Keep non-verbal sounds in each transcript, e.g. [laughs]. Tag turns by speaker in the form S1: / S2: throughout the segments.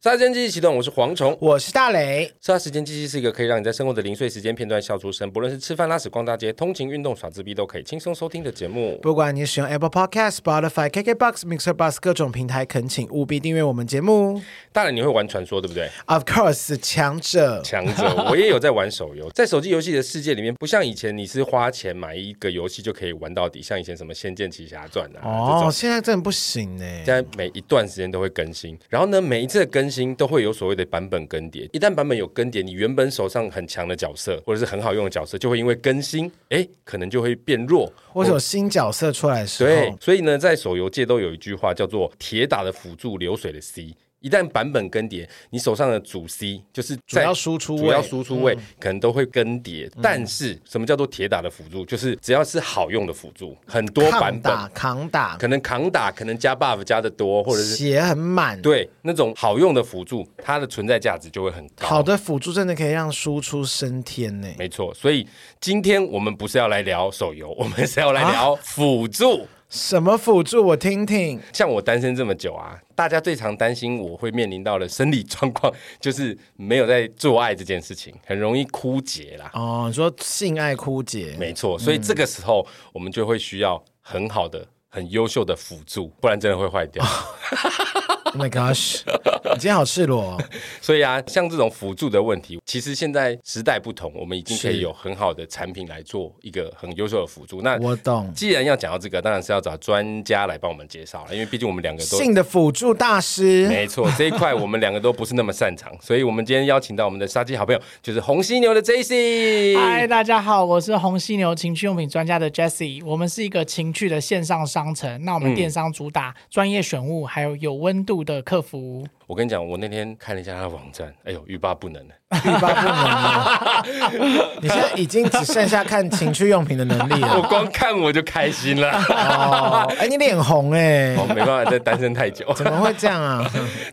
S1: 杀时间机器启动，我是蝗虫。
S2: 我是大雷，
S1: 杀时间机器是一个可以让你在生活的零碎时间片段笑出声，不论是吃饭、拉屎、逛大街、通勤、运动、耍自闭，都可以轻松收听的节目。
S2: 不管你使用 Apple Podcast、Spotify、KKBox、Mixer Bus 各种平台，恳请务必订阅我们节目。
S1: 大人，你会玩传说对不对？
S2: Of course，强者
S1: 强者，我也有在玩手游。在手机游戏的世界里面，不像以前你是花钱买一个游戏就可以玩到底，像以前什么《仙剑奇侠传》啊、这
S2: 哦，
S1: 种。
S2: 现在真的不行欸呢。
S1: 现在每一段时间都会更新，然后呢，每一次的更新都会有所谓的版本更迭。一旦版本有更迭，你原本手上很强的角色或者是很好用的角色，就会因为更新，哎，可能就会变弱。
S2: 或者有新角色出来的时
S1: 对
S2: 候，，
S1: 所以呢，在手游界都有一句话叫做“铁打的辅助，流水的 C”。一旦版本更迭，你手上的主 C 就是
S2: 主
S1: 在
S2: 要输出位嗯
S1: 主要输出位可能都会更迭。但是，什么叫做铁打的辅助？就是只要是好用的辅助，很多版
S2: 抗
S1: 本
S2: 打扛打，
S1: 可能扛打，可能加 buff 加的多，或者是
S2: 血很满。
S1: 对那种好用的辅助，它的存在价值就会很高。
S2: 好的辅助真的可以让输出升天欸呢。
S1: 没错，所以今天我们不是要来聊手游，我们是要
S2: 啊
S1: 来聊辅助。
S2: 什么辅助？我听听。
S1: 像我单身这么久啊，大家最常担心我会面临到的生理状况， [laughs] 就是没有在做爱这件事情，很容易枯竭啦。
S2: 哦，你说性爱枯竭，
S1: 没错，所以这个时候我们就会需要很好的、很优秀的辅助，不然真的会坏
S2: [laughs]
S1: 掉。
S2: Oh my
S1: [laughs]
S2: gosh！你今天好赤裸哦，
S1: 所以啊，像这种辅助的问题，其实现在时代不同，我们已经可
S2: 是
S1: 以有很好的产品来做一个很优秀的辅助。那 [laughs]
S2: 我懂。
S1: 既然要讲到这个，当然是要找专家来帮我们介绍了，因为毕竟我们两个都
S2: 性的辅助大师，
S1: 没错，这一块我们两个都不是那么擅长，所以我们今天邀请到我们的杀鸡好朋友，就是红犀牛的 J
S3: 嗨，
S1: C。
S3: 大家好，我是红犀牛情趣用品专家的 Jesse，我们是一个情趣的线上商城，那我们电商主打专业选物，还有有温度的客服。
S1: 我跟你讲，我那天看了一下他的网站，哎呦，欲罢不
S3: [laughs]
S1: 能了。
S2: 欲罢不能了。你现在已经只剩下看情趣用品的能力
S1: 我
S2: 了。
S1: 光看我就开心
S3: [laughs]
S1: 了。
S2: 哦，哎，你脸红哎、
S1: 哦，没办法，再单身太久。
S2: 怎么会这样啊？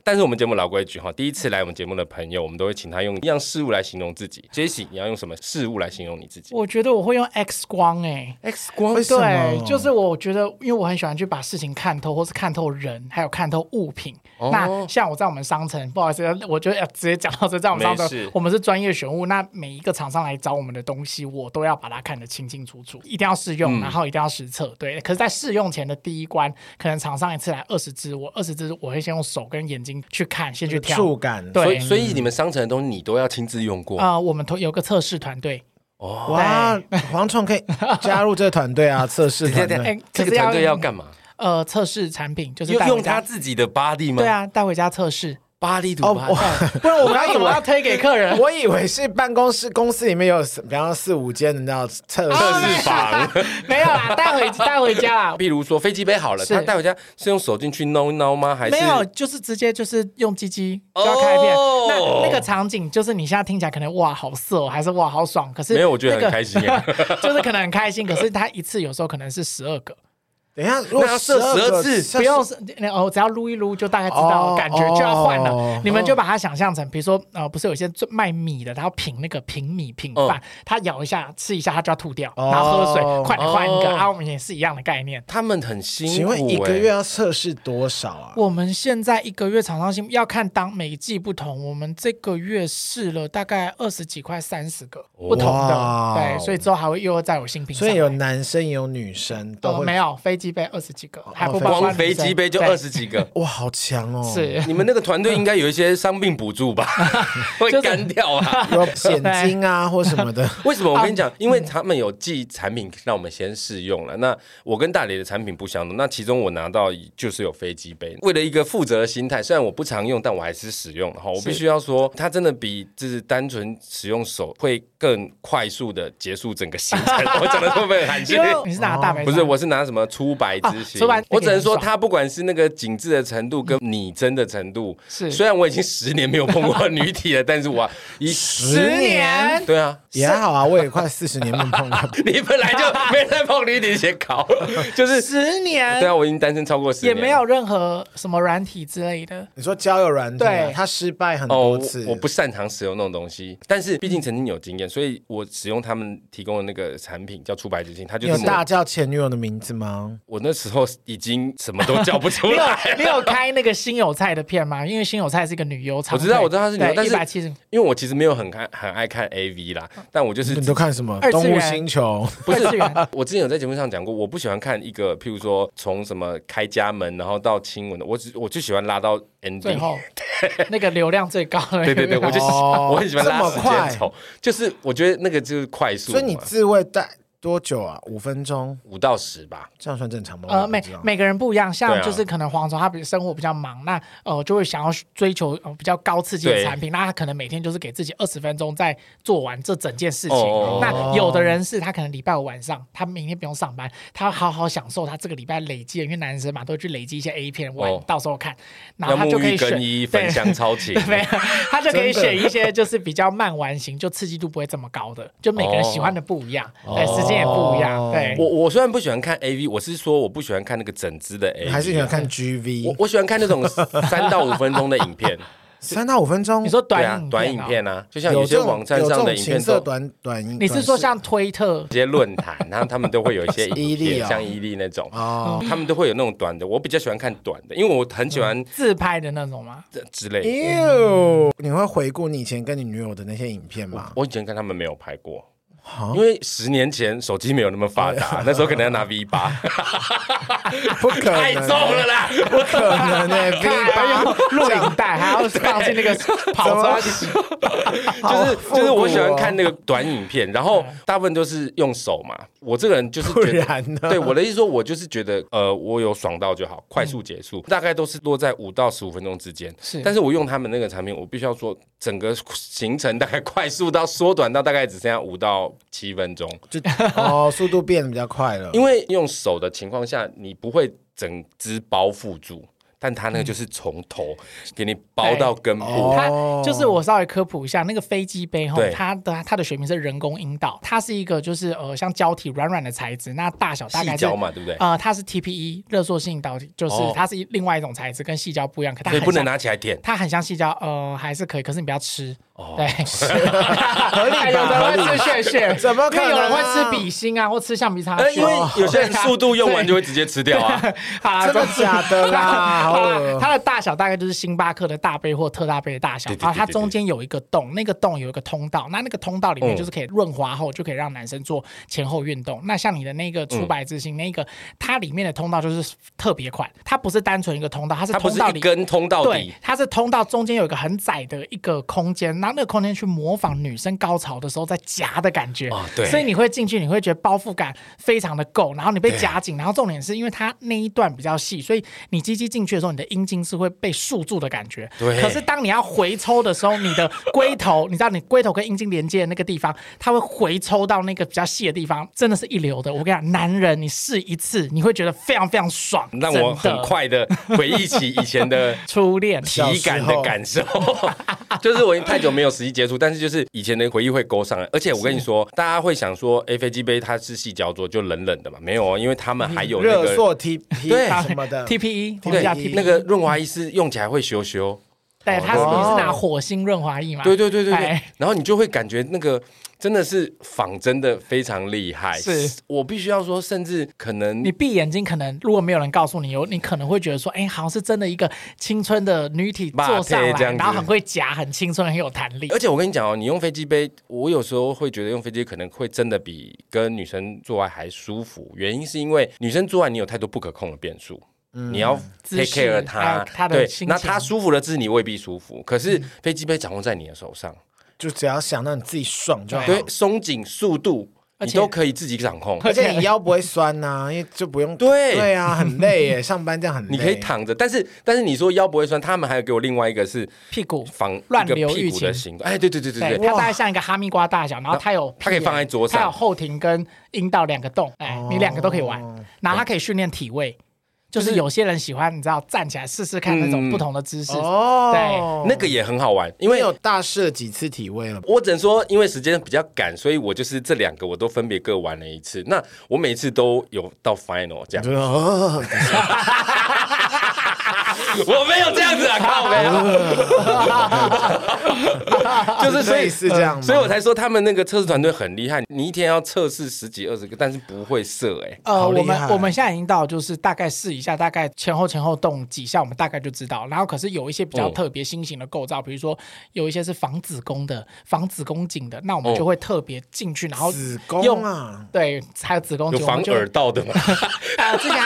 S1: 但是我们节目老规矩哈，第一次来我们节目的朋友，我们都会请他用一样事物来形容自己。j e s s 你要用什么事物来形容你自己？
S3: 我觉得我会用 X 光、欸，
S1: X 光
S2: 为哎什么？
S3: 对，就是我觉得，因为我很喜欢去把事情看透，或是看透人，还有看透物品。那像我在我们商城，不好意思， [laughs] 我觉得呃直接讲到这，在我们商
S1: 没事
S3: 城，我们是专业选物，那每一个厂商来找我们的东西，我都要把它看得清清楚楚，一定要试用，然后一定要实测。对，可是，在试用前的第一关，可能厂商一次来二十支，我二十支我会先用手跟眼睛去看，先去挑。
S2: 触感，
S3: 对
S1: 所以所以你们商城的东西你都要亲自用过。
S3: 啊、我们同有个测试团队，
S2: 哇，蝗虫可以加入这个团队啊，测试团队。
S3: 哎，可
S1: 这
S3: 是
S1: 个团队要干嘛？
S3: 呃测试产品，就是带
S1: 用
S3: 回
S1: 用他
S3: 家
S1: 自己的 body 吗？
S3: 对，啊，带回家测试。
S1: ，body
S2: 哦，
S1: to body。
S2: 我
S3: 不然我们要怎么要推给客人？
S2: 我以为是办公室，公司里面有，比方说四五间，你知道测
S1: 测
S2: 试
S1: 试房。
S3: 哦 [laughs] 没有啦，带回带回家啦。
S1: 比如说飞机杯好了，
S3: 是
S1: 他带回家是用手进去弄一弄吗？还是
S3: 没有，就是直接就是用鸡鸡就要开片。
S1: 哦
S3: 那那个场景就是你现在听起来可能哇好色、哦，还是哇好爽，可是、那
S1: 没
S3: 个、
S1: 有？我觉得很开
S3: [laughs]
S1: 心耶。
S3: 就是可能很开心，可是他一次有时候可能是十二
S1: [laughs]
S3: 个，
S2: 等一下，如果
S1: 那要设
S2: 12个
S1: 12次
S2: 测
S3: 不用是那哦，只要撸一撸就大概知道
S2: 哦
S3: 感觉就要换了。
S2: 哦
S3: 你们就把它想象成，比如说呃，不是有一些做卖米的，他要品那个品米品
S1: 嗯
S3: 饭，他咬一下吃一下，他就要吐掉，
S2: 哦
S3: 然后喝水，快点换一个。
S1: 哦
S3: 啊，我们也是一样的概念。
S1: 他们很辛苦欸耶。
S2: 请问一个月要测试多少啊？
S3: 我们现在一个月厂商新要看当每一季不同，我们这个月试了大概二十几块、三十个
S1: 哦
S3: 不同
S2: 哇
S3: 的，对，所以之后还会又再有新品上
S2: 所
S3: 来。
S2: 以有男生也有女生都
S3: 呃
S2: 会，
S3: 没有飞机杯二十几个，还不包
S1: 光
S3: 括女生
S1: 哦飞机杯就
S3: 对
S1: 二十几个。
S2: 哇，好强哦！
S3: 是。
S1: 你们那个团队应该有一些伤病补助
S3: [laughs]
S1: 吧？会
S3: 就是
S1: 干掉吧？
S2: 有险金啊或什么
S3: [laughs]
S2: 的，
S1: [laughs] 为什么？我跟你讲，因为他们有寄产品让我们先试用了。那我跟大雷的产品不相同，那其中我拿到就是有飞机杯。为了一个负责的心态，虽然我不常用，但我还是使用了哈。我必须要说，它真的比就是单纯使用手会更快速的结束整个行程。我讲的会不会很含蓄
S3: 因？为你是拿大杯，
S1: [laughs] 不是，我是拿什么粗白之心，
S3: 啊粗白
S1: 我只能说
S3: 那个很爽
S1: 它不管是那个紧致的程度跟拟真的程度，
S3: 是
S1: 虽然我已经十年没有碰过女体了，但是我一
S2: 十年
S1: 对啊，
S2: 也还好啊，我也快四十年没碰
S3: [laughs]
S2: 到。
S1: [laughs] 你本
S2: [laughs]
S1: 来就没人在碰女体写考，就是
S3: 十年
S1: 对啊，我已经单身超过十
S3: 也
S1: 年了，
S3: 没有任何什么软体之类的。
S2: 你说交友软体啊，
S3: 对
S2: 他失败很
S1: 哦，
S2: 多
S1: 我
S2: 次，
S1: 我不擅长使用那种东西，但是毕竟曾经有经验，所以我使用他们提供的那个产品叫出白酒精，它就
S2: 你有
S1: 是抹
S2: 大叫前女友的名字吗？
S1: 我那时候已经什么
S2: [laughs]
S1: 都叫不出
S3: 你有
S1: 来
S3: 你有开那个新友菜的片吗？因为新友菜是一个女优长
S1: 我
S3: 腿，
S1: 知道我知道她是女优但
S3: 一
S1: 是
S3: 百七十
S1: 因为我其实没有很看很爱看 A V
S2: [laughs]
S1: 啦，但我就是
S2: 你都看什么？
S3: 二次
S2: 动
S3: 元
S2: 物星球？
S1: 不是
S3: 二
S1: [laughs]
S3: 次元
S1: 我之前有在节目上讲过，我不喜欢看一个，譬如说从什么开家门，然后到亲吻的，我只我就喜欢拉到 ending。
S3: 最后那个流量最高的，
S1: 对对对，我就喜、
S2: 哦
S1: [laughs] 我很喜欢拉时
S2: 这么快
S1: 间轴，就是我觉得那个就是快速嘛，
S2: 所以你自慰待多久啊？五分钟，
S1: 五到十吧，
S2: 这样算正常吗？
S3: 呃，
S2: 我不
S3: 每
S2: 知道
S3: 每个人不一样，
S1: 对
S3: 像
S1: 啊
S3: 就是可能黄总他比生活比较忙，那呃就会想要追求、呃比较高刺激的
S1: 对
S3: 产品，那他可能每天就是给自己二十分钟在做完这整件事情。
S1: 哦
S3: 那有的人是他可能礼拜五晚上，他明天不用上班，他好好享受他这个礼拜累积的，因为男生嘛都会去累积一些 A 片，玩、
S1: 哦
S3: 到时候看，然后
S1: 要
S3: 他就
S1: 沐
S3: 可以
S1: 浴
S3: 选
S1: 更衣、
S3: 对
S1: 焚香超情。 [laughs]
S3: 没有，他就可以
S2: 真的
S3: 选一些就是比较慢玩型，就刺激度不会这么高的，就每个人喜欢的不一样，对，时间也不一样，对。
S1: 哦我我虽然不喜欢看 A V，我是说我不喜欢看那个整支的 A，
S2: 还是你想看 GV？
S1: 哎我我喜欢看那种三到五分钟的影片，
S2: 三到五分钟，
S3: 你说
S1: 对
S3: [laughs] 短
S1: 啊
S3: 影，
S1: 短影
S3: 哦
S1: 片啊，就像
S2: 有
S1: 有
S2: 这
S1: 些
S2: 种
S1: 网站
S2: 有这
S1: 上
S2: 种
S1: 的影
S2: 情
S1: 片
S2: 色
S1: 都
S2: 短短影？
S3: 你是说像推特
S1: 一？些论坛，然后他们都会有一些
S2: 伊
S1: 影
S2: 利
S1: 片，
S2: 哦
S1: 像伊利那种，
S2: 哦，
S1: 他们都会有那种短的。我比较喜欢看短的，因为我很喜欢
S2: 嗯
S3: 自拍的那种吗？
S1: 这之
S3: 嗯
S1: 类的。
S2: 哟，你会回顾你以前跟你女友的那些影片
S1: [laughs]
S2: 吗？
S1: 我以前跟他们没有拍过
S2: 哈。啊
S1: 因为十年前手机没有那么发达，那时候可能要拿 V
S2: [laughs]
S1: 八，
S2: 不可
S1: 太重
S2: 能，
S1: 了啦！
S2: 不可
S1: [laughs]
S2: 能哎！V
S3: 还
S2: 八
S3: 要录影带，还要放进那个跑
S1: 啊
S3: 车里。
S1: 就是
S2: 复古哦嗯
S1: 就是我喜欢看那个短影片，然后大部分都是用手嘛。我这个人就是
S2: 不
S1: 觉得，
S2: 然呢？
S1: 对我的意思说，我就是觉得，呃，我有爽到就好，快速结
S2: 嗯
S1: 束，大概都是落在五到十五分钟之间。
S3: 是
S1: 但是我用他们那个产品，我必须要说，整个行程大概快速到缩短到大概只剩下五到七分钟，
S2: 就哦，速度变得比较快了，
S1: 因为用手的情况下，你不会整只包覆住。但他那个就是从头给你包到根部，
S3: 它
S2: 嗯哦
S3: 就是我稍微科普一下，那个飞机杯哈
S1: 啊对，
S3: 它的它的学名是人工阴道，它是一个就是呃像胶体软软的材质，那大小大
S1: 细
S3: 概是
S1: 胶嘛，对不对？
S3: 呃它是 TPE 热塑性导体，就是
S1: 哦
S3: 它是一另外一种材质，跟细胶不一样，可它
S1: 所以
S3: 很
S1: 不能
S3: 像
S1: 拿起来舔。
S3: 它很像细胶，呃，还是可以，可是你不要吃。
S1: 哦
S2: [laughs]
S3: 对， [laughs] 哎
S2: 合理
S3: 有
S2: 吧？
S3: 的人会吃血血，
S2: 怎么可能啊
S3: 因为有人会吃笔芯啊，或哦吃橡皮擦屑。
S1: 呃，因为有些人
S3: 啊
S1: 速度用
S3: [laughs]
S1: 完就会直接吃掉啊。
S3: 好啦
S2: 真的
S3: 总之
S2: 假
S1: [laughs]
S2: 的啦？好
S3: 它
S2: 恶
S3: 的它的大小大概就是星巴克的大杯或特大杯的大小
S1: 对，对
S3: 然后它
S1: 对对对
S3: 中间有一个洞，那个洞有一个通道，那那个通道里
S1: 嗯
S3: 面就是可以润滑后，就可以让男生做前后运动。那像你的那个出白之星，那个它里面的通道就是特别款，它不是单纯一个通道，它是
S1: 它不
S3: 通
S1: 是
S3: 道
S1: 一
S3: 里
S1: 根通到
S3: 对
S1: 底，，
S3: 它是通道中间有一个很窄的一个空间，然后那个空间去模仿女生高潮的时候在夹的感觉。
S1: 啊对
S3: 所以你会进去，你会觉得包覆感非常的够，然后你被夹紧，然后重点是因为它那一段比较细，所以你鸡鸡进去的时候，你的阴茎是会被束住的感觉。
S1: 对
S3: 可是当你要回抽的时候，你的龟头，你知道你龟头跟阴茎连接的那个地方，它会回抽到那个比较细的地方，真的是一流的。我跟你讲，男人你试一次，你会觉得非常非常爽，
S1: 让我
S3: 真
S1: 很
S3: 的
S1: 快的回忆起以前
S3: [laughs]
S1: 的
S3: 初恋。
S1: 体感的感受。 [laughs] 就是我已经太久没有实际接触，但是就是以前的回忆会勾上来。而且我跟你说，大家会想说，哎，飞机杯它是细胶做，就冷冷的嘛？没有哦，因为他
S3: 嗯
S1: 们还有那
S2: 热
S1: 个。
S2: 塑 T P
S1: 对
S2: 什么
S3: [laughs]
S2: 的
S3: TPE，我们
S1: E，对
S3: 叫，
S1: 那
S3: TPE，
S1: 个润滑液是用起来会咻咻，
S3: 对，它是
S2: 哦
S3: 你是拿火星润滑液嘛？
S1: 对对对对对
S3: 哎，
S1: 然后你就会感觉那个真的是仿真的非常厉害。
S3: 是
S1: 我必须要说，甚至可能
S3: 你闭眼睛，可能如果没有人告诉你，有你可能会觉得说，哎，好像是真的一个青春的女体坐上
S1: 肉体这
S3: 来，
S1: 样子
S3: 然后很会夹，很青春，很有弹力
S1: 而。且我跟你讲哦，你用飞机杯，我有时候会觉得用飞机杯可能会真的比跟女生做爱还舒服。原因是因为女生做爱你有太多不可控的变数，你要 take
S3: 姿势
S1: care
S3: 还有
S1: 她，
S3: 嗯她的
S1: 对
S3: 心，情嗯
S1: 那她舒服的字你未必舒服，可是飞机杯掌握在你的手上，
S2: 就只要想到你自己爽就好。
S1: 对，松紧速度
S3: 哦而
S1: 你
S3: 且
S1: 都可以自己掌控。
S2: 而且你腰不会酸呐、因为就不用
S1: 对
S2: 对啊，很累耶，上班这样很累。
S1: 你可以躺着，但是但是你说腰不会酸，他们还有给我另外一个是
S3: 屁股，
S1: 防
S3: 乱
S1: 一个
S3: 流欲
S1: 屁股的
S3: 情
S1: 行动，哎，对对对对
S3: 对，
S1: 对，
S3: 它大概像一个哈密瓜大小，然后它有屁眼，
S1: 它可以放在桌上
S3: 它有后庭跟阴道两个洞，哎，你两个都可以玩，然后它可以训练体位，就是有些人喜欢，你知道，站起来试试看那种
S1: 嗯
S3: 不同的姿势，
S2: 哦，
S1: 那个也很好玩，因
S2: 因为
S1: 为
S2: 有大试了几次体位了
S1: [laughs]
S2: 吧，
S1: 我只能说，因为时间比较赶，所以我就是这两个我都分别各玩了一次。那我每次都有到 final 这样
S2: 就，是
S1: [laughs]
S2: 哦，
S1: 我没有这样子啊，靠没有，就是所以
S2: [laughs] 类似这样吗
S1: 所以我才说他们那个测试团队很厉害，你一天要测试十几二十个，但是不会射哎、
S3: 呃，
S2: 好厉
S3: 我
S2: 害
S3: 们我们现在已经到就是大概试一下，大概前后前后动几下，我们大概就知道。然后可是有一些比较
S1: 嗯
S3: 特别新型的构造，比如说有一些是防子宫的、防子宫颈的，那我们
S1: 哦
S3: 就会特别进去，然后
S2: 子哦
S3: 用
S2: 宫啊，
S3: 对，还有子宫
S1: 有
S3: 颈，我
S1: 防
S3: 们就
S1: 耳道的
S3: [laughs]
S1: 吗？
S3: 呃，之前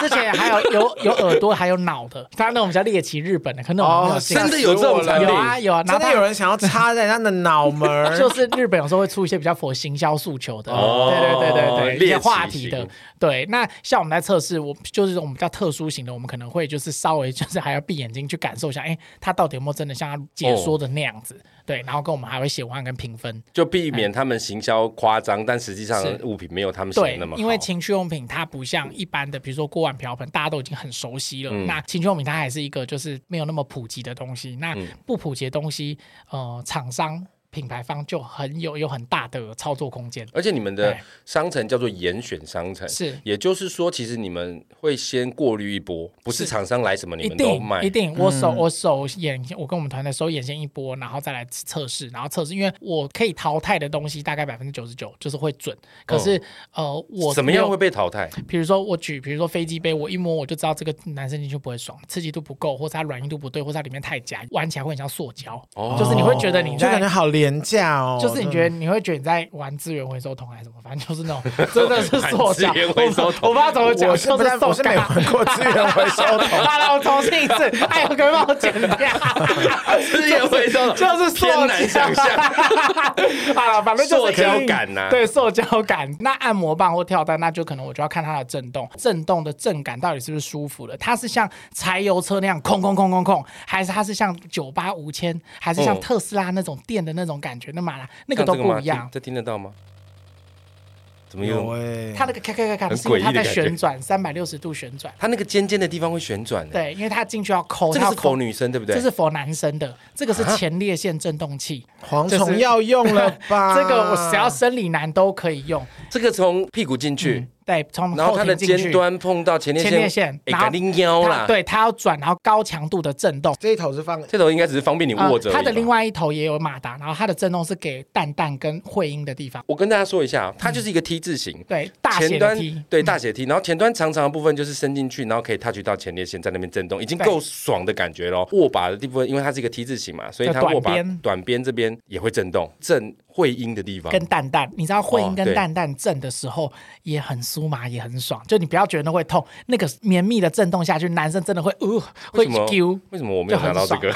S3: 之前还有有有耳朵，还有脑的，当然那种比较猎奇日本的，可能我们没有
S2: 哦
S3: 进
S1: 真的有这种产品
S3: 有？啊有啊，然
S2: 真
S3: 后
S2: 的有人想要插在他的脑门儿
S3: 他 [laughs] 就是日本有时候会出一些比较符合行销诉求的，
S1: 哦
S3: 对对对对对，一
S1: 猎
S3: 些
S1: 奇
S3: 话题的
S1: 型，
S3: 对。那像我们在测试，我就是我们比较特殊型的，我们可能会就是稍微就是还要闭眼睛去感受一下，哎，他到底有没有真的像他解说的那样子？
S1: 嗯
S3: 对，然后跟我们还会写文案跟评分，
S1: 就避免他们行销夸张，但实际上
S3: 是
S1: 物品没有他们想的
S3: 对
S1: 那么，好。
S3: 因为情趣用品它不像一般的，比如说锅碗瓢盆，大家都已经很熟悉了。
S1: 嗯
S3: 那情趣用品它还是一个就是没有那么普及的东西。那
S1: 嗯
S3: 不普及的东西，呃，厂商、品牌方就很有有很大的操作空间。
S1: 而且你们的
S3: 对
S1: 商城叫做严选商城，
S3: 是
S1: 也就是说，其实你们会先过滤一波，不是
S3: 是
S1: 厂商来什么你
S3: 一
S1: 们都
S3: 定
S1: 卖
S3: 一。定，我
S2: 嗯
S3: 手、我手眼，我跟我们团队手眼先一波，然后再来测试，然后测试，因为我可以淘汰的东西大概百分之九十九就是会准，可是、呃，我
S1: 哦怎么样
S3: 没有
S1: 会被淘汰？
S3: 比如说我举，比如说飞机杯，我一摸我就知道这个男生进去不会爽，刺激度不够，或者它软硬度不对，或者它里面太夹，玩起来会很像塑胶，
S1: 哦
S3: 就是你会觉得你
S2: 就
S3: 在
S2: 感觉。好廉价哦，
S3: 就是你觉得你会觉得你在玩资源回收桶还是什么，反正就是
S1: [laughs]
S3: 那种真的是塑胶
S1: 资源回收桶
S3: [laughs] 我不知道怎么讲，
S2: 我
S3: 就是
S2: 不太，
S3: 是
S2: 我是
S3: 塑
S2: 没
S3: 胶。
S2: 玩过资源回
S1: [laughs]
S2: 收桶。
S3: 好了，我重新一次，哎，可不可以帮我剪掉？
S1: 资源回
S3: [laughs]
S1: 收
S3: 就是塑
S1: 偏难想 [laughs] 象。
S3: 象。好了，反正就
S1: 塑
S3: 是
S1: 胶感啊呐
S3: 对，塑胶感。那按摩棒或跳蛋，那就可能我就要看它的震动，震动的震感到底是不是舒服的？它是像柴油车那样空空空空空，还是它是像九八五千，还是像
S1: 嗯
S3: 特斯拉那种电的那种感觉？那马拉 [laughs] 那
S1: 像
S3: 个都
S1: 这吗
S3: 不一样
S1: 听。这听得到吗？怎么
S2: 有
S1: 用？
S2: 哎，
S3: 它那个咔咔咔咔，
S1: 很
S3: 是因为
S1: 诡异
S3: 它
S1: 的
S3: 在
S1: 感觉
S3: 旋转三百六十度旋转。
S1: 它那个尖尖的地方会旋转的。，
S3: 对，因为它进去要抠，
S1: 这
S3: 它
S1: 个
S3: 要
S1: 是
S3: 抠
S1: 口女生对不对？啊
S3: 这是否男生的，这个是前列腺振动器，
S2: 蝗虫要用了
S1: 啊
S2: 吧？
S3: [laughs] 这个我只要生理男都可以用。
S1: 这个从屁股进去，
S3: 对，从
S1: 嗯然后它
S3: 后
S1: 的
S3: 庭嗯进
S1: 尖
S3: 去，
S1: 端碰到前列
S3: 前列腺
S1: 哎，
S3: 然后
S1: 肯定腰啦
S3: 它。，对，它要转，然后高强度的震动。
S2: [laughs] 这一头是
S3: [laughs]
S2: 放
S1: 这头应该只是方便你
S3: 呃
S1: 握着。
S3: 它的另。外一头也有马达，然后它的震动是给蛋蛋跟会阴的地方，
S1: 我跟大家说一下，啊它就是一个 T 字形，
S3: 对，大
S1: 前
S3: 写
S1: 端
S3: 的 T，嗯
S1: 对大写 T，然后前端长长的部分就是伸进去，然后可以 touch 到前列腺，在那边震动，已经
S3: 对
S1: 够爽的感觉咯。握把的地方，因为它是一个 T 字形嘛，所以它
S3: 就短
S1: 握把
S3: 边
S1: 短边这边也会震动，震会阴的地方。
S3: 跟蛋蛋，你知道会
S1: 哦
S3: 阴跟
S1: 对
S3: 蛋蛋震的时候也很酥麻，也很爽，就你不要觉得那会痛，那个绵密的震动下去，男生真的会呃
S1: 为
S3: 会
S1: 什么
S3: 揪。
S1: 为什么我没有拿到这
S3: [laughs]
S1: 个？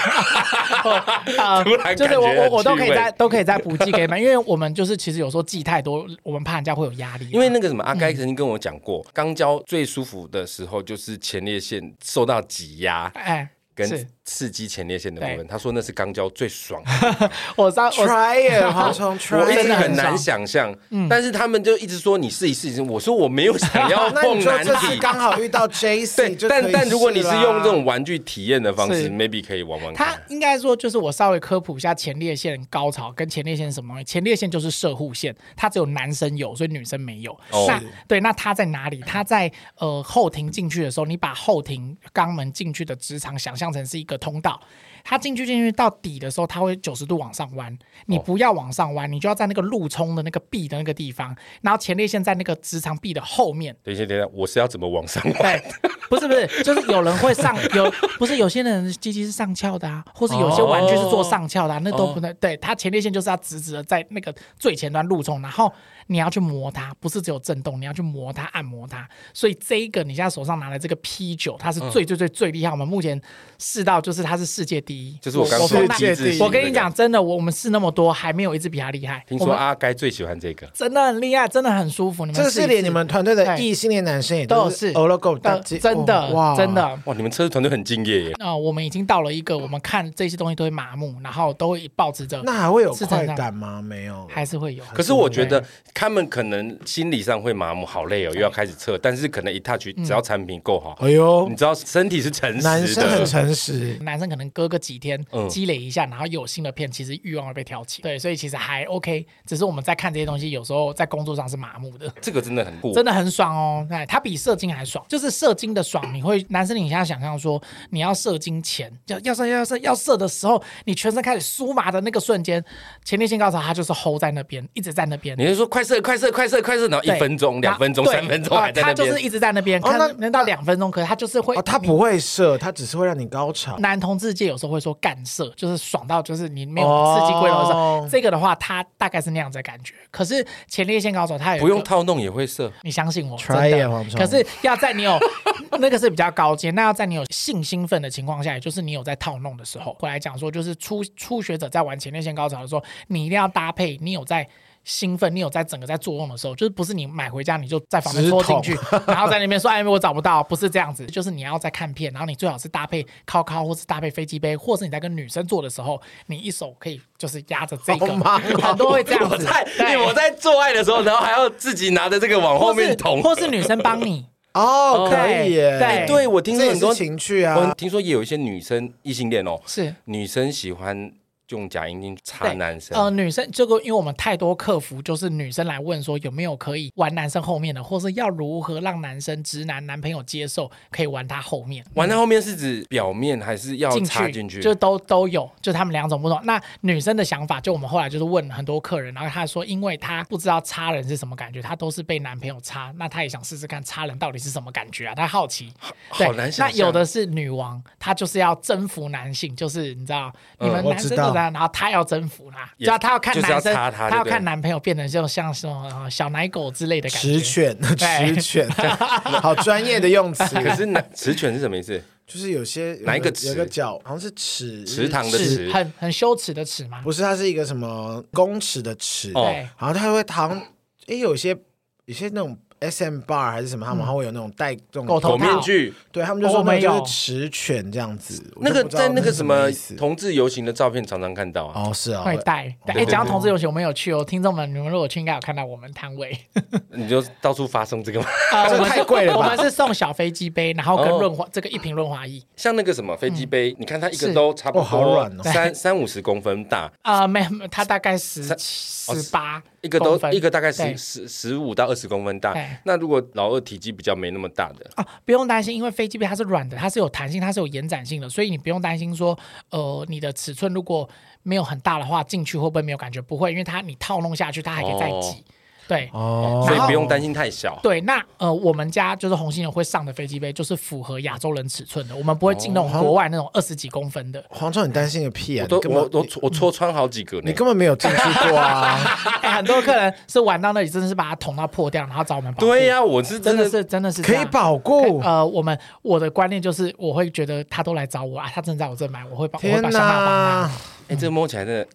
S3: 啊
S1: 突然
S3: 就是我
S1: 感觉很
S3: 我我都可以
S1: 趣味
S3: 在都可以在补寄给你们，因为我们就是其实有时候寄太多，我们怕人家会有压力啊，
S1: 因为那个什么阿该曾经跟我讲过，肛交最舒服的时候就是前列腺受到挤压
S3: 哎
S1: 跟
S3: 是
S1: 刺激前列腺的部
S3: 对
S1: 分。他说那是肛交最爽的，
S3: 我知道我
S2: try
S3: [laughs]
S2: it，蝗虫 try，
S1: 我一
S3: 真
S1: 直
S3: 的
S2: it
S1: 很
S3: 很
S1: 难
S3: 爽
S1: 想象。但是他们就一直说你试一试，我说我没有想要
S2: 那你
S1: 碰
S2: 就
S1: 男
S2: 这次
S1: 体。
S2: 刚好遇到
S1: 对
S2: JC，，就可以
S1: 但但如果你是
S2: 试啦
S1: 用这种玩具体验的方式
S3: 是
S1: ，maybe 可以玩玩
S3: 它
S1: 看。
S3: 应该说就是我稍微科普一下前列腺高潮跟前列腺是什么东西。前列腺就是射护腺，它只有男生有，所以女生没有。
S1: 哦
S3: 那对，那它在哪里？它在呃后庭进去的时候，你把后庭肛门进去的直肠想象成是一个通道，它进去进去到底的时候，它会九十度往上弯。
S1: 哦
S3: 你不要往上弯，你就要在那个路冲的那个壁的那个地方，然后前列腺在那个直肠壁的后面。
S1: 等一下，等一下，我是要怎么往上玩？
S3: 对，不是不是，就是有人
S1: [laughs]
S3: 会上有，不是有些人的机器是上翘的啊，或是有些玩具是做上翘的、啊，那都
S1: 哦
S3: 不能。对，它前列腺就是要直直的在那个最前端路冲，然后你要去磨它，不是只有震动，你要去磨它、按摩它。所以这一个你现在手上拿的这个 P 九，它是
S1: 嗯
S3: 最最最最厉害，我们目前试到就是它是世界第一。
S1: 就是我刚
S3: 我
S1: 说
S3: 我
S1: 的
S2: 世界
S1: 机制
S2: 第一
S1: 性
S3: 我跟
S1: 那
S3: 你
S1: 个，
S3: 讲，真的，我我们试那么多，还没有一只比它厉害。
S1: 听
S3: 我
S1: 说
S3: 们
S1: 阿该最喜欢这个。
S3: 真的很厉害，真的很舒服。你们
S2: 这个
S3: 试一
S2: 是连
S3: 试
S2: 你们团队的
S3: 对
S2: 异性恋男生也
S3: 都有
S2: 是
S3: 试
S2: o l o g o
S3: 的真的真的。
S1: 哇，你们测试团队很敬业耶！
S3: 呃，我们已经到了一个我们看这些东西都会麻木，然后都会保持着，
S2: 那还会有
S3: 是真
S2: 快
S3: 的
S2: 感吗？没有，
S3: 还是会有。
S1: 可是我觉得他们可能心理上会麻木，好累哦，又要开始测。但是可能一 touch，只要产品够好，
S2: 哎呦
S1: 你，知道身体是诚
S2: 男
S1: 实
S2: 生很
S1: 的，
S2: 诚实，
S1: 是
S3: 男生可能隔个几天
S1: 嗯
S3: 积累一下，然后有新的片，其实欲望会被挑起。对，所以其实还 OK，只是我们在看这些东西，有时候在工作上是麻木的。
S1: 这个真的很酷，
S3: 真的很爽哦，哎，它比射精还爽，就是射精的爽。你会男生，你现在想象说，你要射精前，要要射要射要射的时候，你全身开始酥麻的那个瞬间，前列腺高潮它就是 hold 在那边，一直在那边。
S1: 你是说快射快射快射快射，然后一
S3: 对
S1: 分钟、两分钟、
S3: 对
S1: 三分钟
S3: 啊
S1: 还在那
S3: 它就是
S1: 边，
S3: 一直在那边，
S2: 哦
S3: 看
S2: 那
S3: 能到两分钟，可是它就是会嗯
S2: 哦，他不会射，他只是会让你高潮。
S3: 男同志界有时候会说干射，就是爽到就是你没有刺激龟头的时候，
S2: 哦
S3: 这个的话，它大概是那样子的感觉。可是前列腺高潮它有一个
S1: 不用套弄也会射。
S3: 你相信我
S2: Try
S3: 真
S2: it，
S3: 的
S2: 黄。虫
S3: 可是要在你有 [laughs] 那个是比较高阶，那要在你有性兴奋的情况下，也就是你有在套弄的时候，回来讲说，就是初初学者在玩前列腺高潮的时候，你一定要搭配你有在。兴奋，你有在整个在作用的时候，就是不是你买回家你就在房间
S2: 直
S3: 戳
S2: 捅
S3: 进去，
S2: [laughs]
S3: 然后在那边说哎我找不到，不是这样子，就是你要在看片，然后你最好是搭配靠靠，或是搭配飞机杯，或是你在跟女生做的时候，你一手可以就是压着这个，
S2: 好忙哦
S3: 很多会这
S1: [laughs]
S3: 样
S1: 我
S3: 子。
S1: 在
S3: 对
S1: 我在做爱的时候，然后还要自己拿着这个往后面捅。
S3: 或是，或
S1: [laughs]
S3: 是女生帮你，
S2: 哦，可以耶，
S3: 对
S1: 哎对我听说
S2: 这也
S1: 很多
S2: 是情趣
S1: 我
S2: 啊。
S1: 听说也有一些女生异性恋哦，
S3: 是
S1: 女生喜欢用假阴茎插
S3: 对
S1: 男生。
S3: 呃，女生这个，因为我们太多客服就是女生来问说有没有可以玩男生后面的，或是要如何让男生直男男朋友接受可以玩他后面。
S1: 玩到后面是指表面还是要
S3: 进
S1: 哦插
S3: 去
S1: 进去？
S3: 就都都有，就他们两种不同。那女生的想法，就我们后来就是问很多客人，然后她说，因为她不知道插人是什么感觉，她都是被男朋友插，那她也想试试看插人到底是什么感觉啊，她
S1: [laughs]
S3: 好奇。对
S1: 好难想
S3: 那
S1: 象
S3: 有的是女王，她就是要征服男性，就是你知道，
S1: 嗯
S3: 你们
S2: 我
S3: 男
S2: 知
S3: 生
S2: 道
S3: 的，然后她要征服啦，
S1: 也
S3: 就要她要看
S1: 就是要
S3: 男生，
S1: 插她
S3: 她要
S1: 就对
S3: 看男朋友变成就像什么呃小奶狗之类的感
S2: 持
S3: 觉。
S2: [laughs] 犬，
S3: 对
S2: 持
S3: [laughs]
S2: 犬，好专业的用词。
S1: 可是男雌犬是什么意 [laughs] 思？
S2: 就是有些
S1: 哪一个
S2: 有
S1: 池
S2: 有个角好像是尺
S1: 池塘的
S3: 是
S1: 池，
S3: 很很羞耻的耻吗？
S2: 不是，它是一个什么公尺的尺，
S1: 哦
S3: 对，
S2: 然后它会糖，诶，有些有些那种 S M bar 还是什么，他们会有那种戴这种
S3: 嗯狗头
S1: 狗
S3: 套
S1: 面具。
S2: 对他们就
S3: 哦
S2: 说那
S3: 没
S2: 个
S3: 有
S2: 就是持犬这样子，我
S1: 那
S2: 就
S1: 个
S2: 不知道
S1: 在那个
S2: 是
S1: 什么
S2: 意思
S1: 同志游行的照片常常看到啊，
S2: 哦是啊，
S3: 会带。
S2: 对对
S3: 对，哎，讲到
S2: 对
S3: 同志游戏，我们有去哦，听众们，你们如果去，应该有看到我们摊 [laughs] 位。
S1: 你就到处发送这个吗？
S3: 呃，我们
S2: 太贵了吧
S3: 我们是送小飞机杯，然后跟
S1: 哦
S3: 润滑这个一瓶润滑液。
S1: 像那个什么飞机杯，你看它一个
S3: 嗯是
S1: 都差不
S2: 哦好
S1: 多
S2: 软哦
S1: 三三五十公分大，
S3: 呃，没，有，它大概十
S1: 三哦
S3: 十八，
S1: 一个都
S3: 公分
S1: 一个大概十
S3: 对
S1: 十十五到二十公分大
S3: 对。
S1: 那如果老二体积比较没那么大的，
S3: 啊，不用担心，因为飞机杯它是软的，它是有弹性，它是有延展性的，所以你不用担心说，呃，你的尺寸如果没有很大的话，进去会不会没有感觉？不会，因为它你套弄下去，它还可以再
S1: 哦
S3: 挤。对，
S2: 哦，
S1: 所以
S3: 然后
S1: 不用担心太小。
S3: 对，那呃，我们家就是红星人会上的飞机杯，就是符合亚洲人尺寸的，我们不会进那种
S2: 哦
S3: 国外那种二十几公分
S2: [laughs]
S3: 的。
S2: 黄忠，你担心个屁啊
S1: 我！都
S2: 你根本
S1: 我我戳我戳穿好几个呢
S2: 你。根本没有进去过
S3: [laughs]
S2: 啊！
S3: 哎，很多客人是玩到那里，真的是把它捅到破掉，然后找我们保护。
S1: 对呀，我是真
S3: 真的
S1: 的
S3: 是真的是这
S2: 可
S3: 样
S2: 以保
S3: 可以
S2: 固，
S3: 呃，我们我的观念就是，我会觉得他都来找我啊，他真的在我这买，我会把我会
S2: 天
S3: 把想法帮
S2: 哪
S3: 他。！
S1: 哎，这个摸起来真的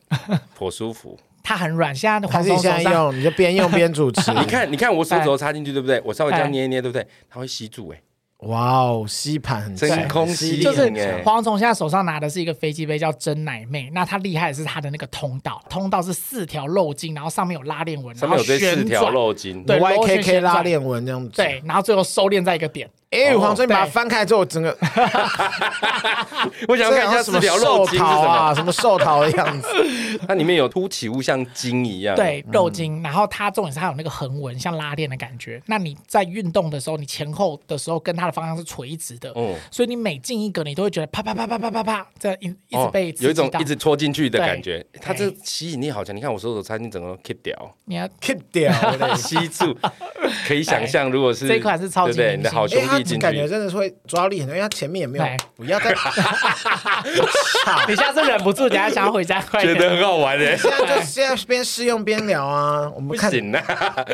S1: 颇舒
S3: [laughs]
S1: 服。
S3: 他很软，现
S2: 还
S3: 在黄
S2: 是你
S3: 总手
S2: 现在
S3: 上
S2: 用，你就边用边主
S3: [laughs]
S2: 持。
S1: 你，看，你看我手指头
S3: 哎
S1: 插进去，对不对？我稍微这
S3: 哎
S1: 样捏一捏，对不对？它会吸住，哎，
S2: 哇哦，吸盘很
S1: 真
S2: 强
S1: 空
S2: 吸
S1: 吸
S2: 力
S1: 力
S3: 就
S1: 很
S3: 是
S1: 硬哎。
S2: 欸
S3: 黄总现在手上拿的是一个飞机杯，叫真奶妹。那它厉害的是它的那个通道，通道是四条漏筋，然后上面有拉链纹，
S1: 上面有
S3: 然后
S1: 这四
S3: 旋
S1: 条
S3: 转，
S1: 肉筋，
S3: 对螺旋旋
S2: YKK
S3: 转
S2: 拉链纹这样子。
S3: 对，然后最后收敛在一个点。
S2: 哎，
S1: 哦
S2: 黄忠，你把它
S3: 对
S2: 翻开之后，整个
S1: 我想要看一下
S2: 什
S1: 四
S2: 么
S1: 条
S2: 寿
S1: 肉筋是什
S2: 桃
S1: 么，
S2: 啊，什么寿桃的
S3: [laughs]
S2: 样子。
S1: 它里面有凸起物，像筋一样。，
S3: 对，肉筋，然后它重点是它有那个横纹，像拉链的感觉。那你在运动的时候，你前后的时候跟它的方向是垂直的，
S1: 嗯
S3: 所以你每进一格，你都会觉得啪啪啪啪啪啪啪，这一一直被、
S1: 哦有一种一直，戳进去的感觉
S3: 对，
S1: 它这吸引力好强。你看我手指插进整个 K
S3: [laughs]
S1: 掉，。
S3: 你要
S2: keep 掉的
S1: [laughs] 吸住，可以想象，如果是
S3: 这一款是超级
S1: 对不对
S3: 明星
S1: 你的好兄
S2: 哎，他
S1: 弟进
S2: 感觉
S1: 去，
S2: 真的是会抓力很多，因为他前面也没
S3: 对
S2: 有，不要再
S3: 你下次忍不住，等下想要回家快
S1: 觉得
S3: 点。
S1: 很好玩哎，
S2: 现在就现在边试用边聊啊，我
S1: 不
S2: 们看
S1: 行啊！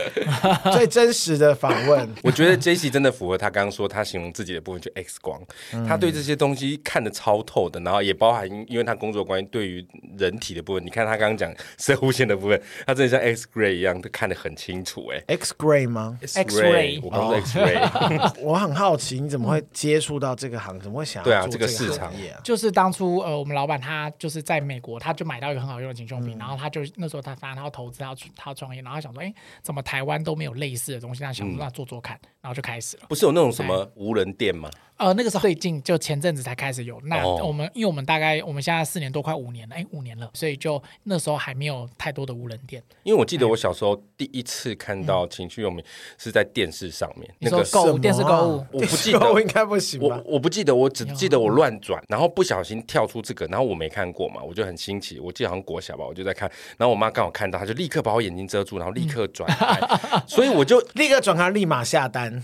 S2: 最真实的访问。
S1: [laughs] 我觉得 J C 真的符合他刚刚说他形容自己的部分，就 X 光，
S3: 嗯
S1: 他对这些东西看得超透的，然后也包含因为他工作关系对于人体的部分，你看他刚刚讲 [laughs] 射弧线的部分，他真的像 X ray 一样，都看得很清楚哎。
S2: X Gray 吗？
S3: X-ray
S1: 我刚说 X
S3: 哦 [laughs]
S1: ray，
S2: [laughs] 我很好奇，你怎么会接触到这个行？怎么会想要
S1: 对啊
S2: 做
S1: 这
S2: 这
S1: 个
S2: 个
S1: 市
S2: 行
S1: 场
S2: 业啊？
S3: 就是当初呃，我们老板他就是在美国，他就买到一个很好用的情趣用品，然后他就那时候他发现他要投资，他要出他要创业，然后他想说，哎，怎么台湾都没有类似的东西？那想说那做做看，然后就开始了。
S1: 不是有那种什么无人店吗？
S3: 呃，那个时候最近就前阵子才开始有。那
S1: 哦
S3: 我们、因为我们大概我们现在四年多快五年了，哎，五年了，所以就那时候还没有太多的无人店。
S1: 因为我
S3: 哎
S1: 记得我小时候第一次看到情趣用品是在电视上面，
S3: 嗯你
S1: 那
S3: 说
S1: 个
S3: 购物电视购物，
S1: 我不记
S2: 啊电视购物
S1: 得
S2: 应该不行吧
S1: 我？我不记得，我只记得我乱转，然后不小心跳出这个，然后我没看过嘛，我就很新奇。我记得好像国小吧，我就在看，然后我妈刚好看到，她就立刻把我眼睛遮住，然后立刻转
S3: [laughs]
S1: 台，所以我就
S2: 立刻转行，立马下
S1: [laughs]
S2: 单。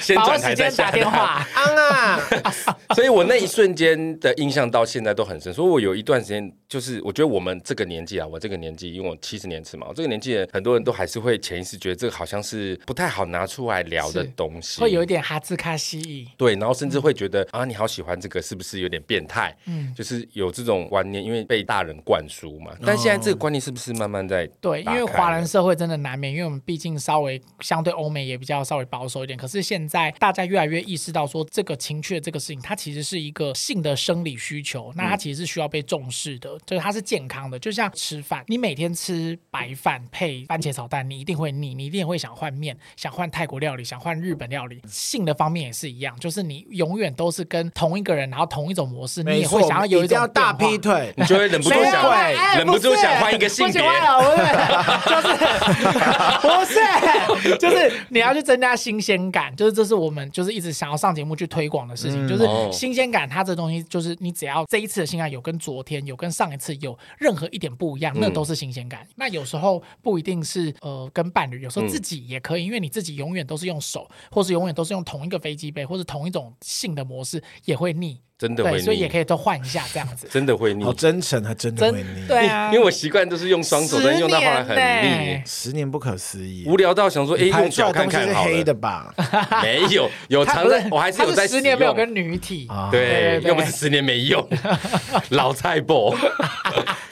S1: 先
S3: 把握
S1: 转
S3: 时
S1: 台
S3: 间
S1: 再
S3: 打
S1: 下
S3: 电
S1: 单。
S3: 话。
S2: 安啊，
S3: [laughs]
S1: 所以我那一瞬间的印象到现在都很深。所以我有一段时间，就是我觉得我们这个年纪啊，我这个年纪，因为我七十年次嘛，我这个年纪的很多人都还是会潜意识觉得这个好像是不太好拿出来聊的
S3: 是
S1: 东西，
S3: [laughs] 会有一点哈兹卡西意，
S1: 对，然后甚至会觉得、啊，你好喜欢这个，是不是有点变态？嗯，就是有这种观念，因为被大人灌输嘛。
S3: 嗯
S1: 但现在这个观念是不是慢慢在
S3: 对，因
S1: 打
S3: 为
S1: 开
S3: 华人
S1: 了
S3: 社会真的难免，因为我们毕竟稍微相对欧美也比较稍微保守一点。可是现在大家越来越意识到说，这个情趣的这个事情，它其实是一个性的生理需求，那它其实是需要被重视的，就是它是健康的。就像吃饭，你每天吃白饭配番茄炒蛋，你一定会腻，你一定会想换面，想换泰国料理，想换日本料理。性的方面也是一样，就是你永远都是跟同一个人，然后同一种模式，你
S2: 没
S3: 也
S2: 错，
S3: 会想要有
S2: 一
S3: 种
S2: 定要大
S3: 变化
S2: 劈腿。
S1: 你就会忍不住
S2: 谁
S1: 想
S2: 会
S3: 哎
S1: 忍不住
S3: 是
S1: 想换一个性别
S3: 不喜欢啊了，就是
S1: [laughs]
S3: 不是就是你要去增加新鲜感，就是这是我们就是一直想要上节目去推广的事情，就是
S1: 哦
S3: 新鲜感它这东西就是你只要这一次的性爱有跟昨天有跟上一次有任何一点不一样，
S1: 嗯
S3: 那都是新鲜感。那有时候不一定是呃跟伴侣，有时
S1: 嗯
S3: 候自己也可以，因为你自己永远都是用手，或是永远都是用同一个飞机杯，或是同一种性的模式，也会腻。
S1: 真的
S3: 对，
S1: 会
S3: 所以也
S1: 腻
S3: 可，以都换一下这样子。
S1: 真的会腻
S2: 好，真诚，还真的
S3: 真
S2: 会腻。
S3: 对
S1: [laughs]
S3: 啊，
S1: 因为我习惯都是用双手，但用到后来很腻，
S2: 十年不可思议。啊
S1: 无聊到想说，哎，
S2: 拍
S1: 用
S2: 出
S1: 脚
S2: 来的
S1: 看
S2: 东西
S1: 看
S2: 是
S1: 好
S2: 黑的
S1: 了，
S2: 吧？
S1: [laughs] 没有有
S3: 他
S1: 常
S3: 不
S1: 在，我还是有在
S3: 十年没有
S1: 使用啊
S3: 跟女体，对对
S1: 对，
S3: 对
S1: 又不是十年没用，老菜婆。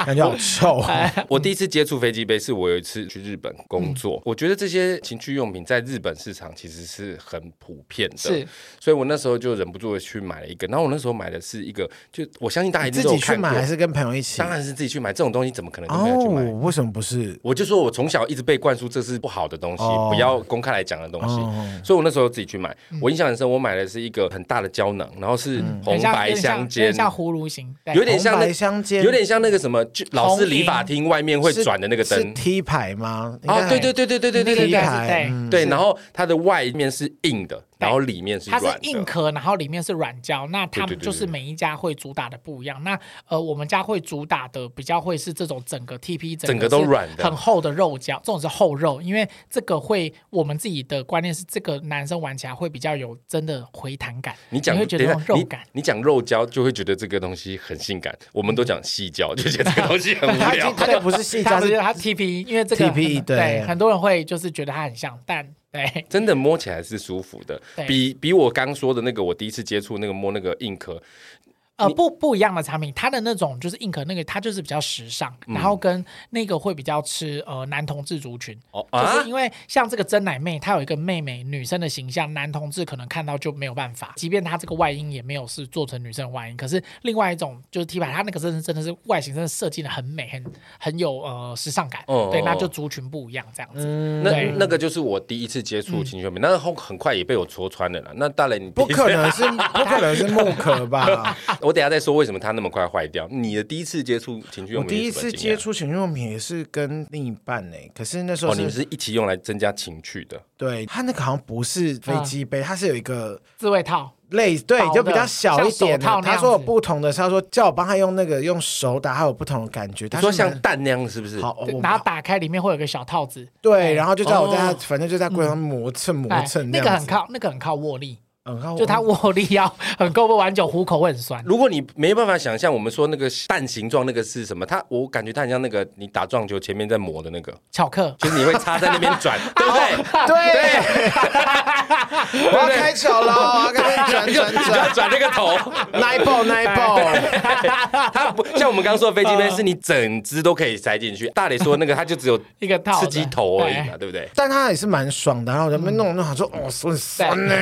S2: 感觉好臭。啊
S3: [laughs] 哎
S1: 我第一次接触飞机杯是我有一次去日本工作，我觉得这些情趣用品在日本市场其实是很普遍的，
S3: 是，
S1: 所以我那时候就忍不住地去买了一个。然后我那时候买的是一个，就哎我相信大家一定
S2: 自
S1: 都有
S2: 己去
S1: 看过
S2: 买，还是跟朋友一起
S1: 当？然是自己去买，这种东西怎么可能跟朋友去买？
S2: 哦，为什么不是？
S1: 我就说，我从小一直被灌输这是不好的东西，
S2: 哦
S1: 不要公开来讲的东西，
S2: 哦嗯
S1: 所以我那时候自己去买。我印象很深，我买的是一个很大的胶囊，然后是红
S3: 很像
S1: 白相
S3: 有
S1: 间
S3: 点，像葫芦形，对
S1: 有点像
S2: 红
S1: 那
S2: 白相间，
S1: 有点像那个什么，就老师理发厅外面会
S2: 是
S1: 转的那个
S2: 是
S1: 灯。
S2: T 牌吗？应
S1: 哦，
S2: 该
S1: 对对对对对对对
S3: 对
S1: 对
S3: 对
S2: 贴
S3: 对
S2: 牌
S3: 对
S2: 嗯
S1: 对，然后它的外面是硬的，然后里面是
S3: 它
S1: 软
S3: 是
S1: 的。
S3: 硬壳，然后里面是软胶，那
S1: 对
S3: 他们
S1: 对对
S3: 就是每一家会主打的不一样。那呃，我们家会主打的比较会是这种整个 TP 整
S1: 整个都
S3: 是
S1: 软的
S3: 很厚的肉胶，这种是厚肉，因为这个会我们自己的观念是这个男生玩起来会比较有真的回弹感，
S1: 你讲
S3: 会觉
S1: 等一
S3: 得那
S1: 下
S3: 种肉
S1: 你
S3: 感。
S1: 你讲肉胶就会觉得这个东西很性感，我们都讲细胶，就觉得这个东西很无
S2: 他已
S1: 聊
S2: 经。他就不是细
S3: 他
S2: 胶，
S3: 直接
S2: 是
S3: 他 TP，因为这个
S2: TP
S3: 很
S2: 对
S3: 很多人会就是觉得它很像蛋，对，
S1: 真的摸起来是舒服的
S3: 对，
S1: 比比我刚说的那个，我第一次接触那个摸那个硬壳，
S3: 呃，不不一样的产品，它的那种就是硬壳那个，它就是比较时尚，
S1: 嗯
S3: 然后跟那个会比较吃呃男同志族群，
S1: 哦
S3: 就
S1: 啊
S3: 是因，为像这个真奶妹，她有一个妹妹女生的形象，男同志可能看到就没有办法，即便她这个外阴也没有是做成女生的外阴，可是另外一种就是 T 牌，它那个真的真的是外形真的设计的很美，很很有呃时尚感，
S1: 哦
S3: 对，
S1: 哦
S3: 那
S1: 哦嗯
S3: 就族群不一样这样子。
S1: 那
S3: 对
S1: 那个就是我第一次接触情趣用品，那后很快也被我戳穿了啦。那大雷，你第
S2: 嗯不
S1: 一次
S2: 可能是不可能是木壳吧？
S1: [laughs] 我等一下再说为什么它那么快坏掉。你的第一次接触情趣
S2: 我
S1: 用品，
S2: 第一次接，触情趣用品也是跟另一半呢、可是那时候
S1: 哦，
S2: 是,、
S1: 你们是一起用来增加情趣的。
S2: 对他那个好像不是飞机杯，它是有一个
S3: 自慰套，
S2: 类对
S3: 嗯薄的
S2: 就比较小一点
S3: 像手套
S2: 的。
S3: 那
S2: 他
S3: 样子
S2: 说有不同的，他说叫我帮他用那个用手打，他有不同的感觉。
S1: 你
S2: 他
S1: 说
S2: 是
S1: 像
S2: 蛮
S1: 蛋那样是不是？
S2: 好，我
S3: 然后打开里面会有个小套子，
S2: 对，然后就叫我在他、
S1: 哦
S2: 反正就在柜上磨蹭磨
S3: 哎
S2: 蹭
S3: 那个很
S2: 看，
S3: 靠那个很靠握力，
S2: 很靠
S3: 就 [laughs] 它握力要很够，不完久虎口会很酸。
S1: 如果你没办法想象我们说那个蛋形状那个是什么，它我感觉它很像那个你打撞球前面在磨的那个，
S3: 巧克，
S1: 就是你会插在那边
S2: [laughs]
S1: 转，对不对？
S2: 对，我要开球了，我要开始
S3: [laughs]
S1: [laughs]
S2: 转
S1: 你就
S2: 转
S1: 你就
S3: 哎
S1: 要
S2: 转，
S1: 转那个头，
S2: 奶爆奶爆，
S1: [laughs] 它不像我们刚刚说的飞机杯，是你整只都可以塞进
S3: [laughs]
S1: 去。大磊说那个它就只有
S3: 一个套的啊
S1: 刺激头而已嘛，对不对？
S2: 但他也是蛮爽的，然后我在那边弄弄，想说哦，手很酸呢、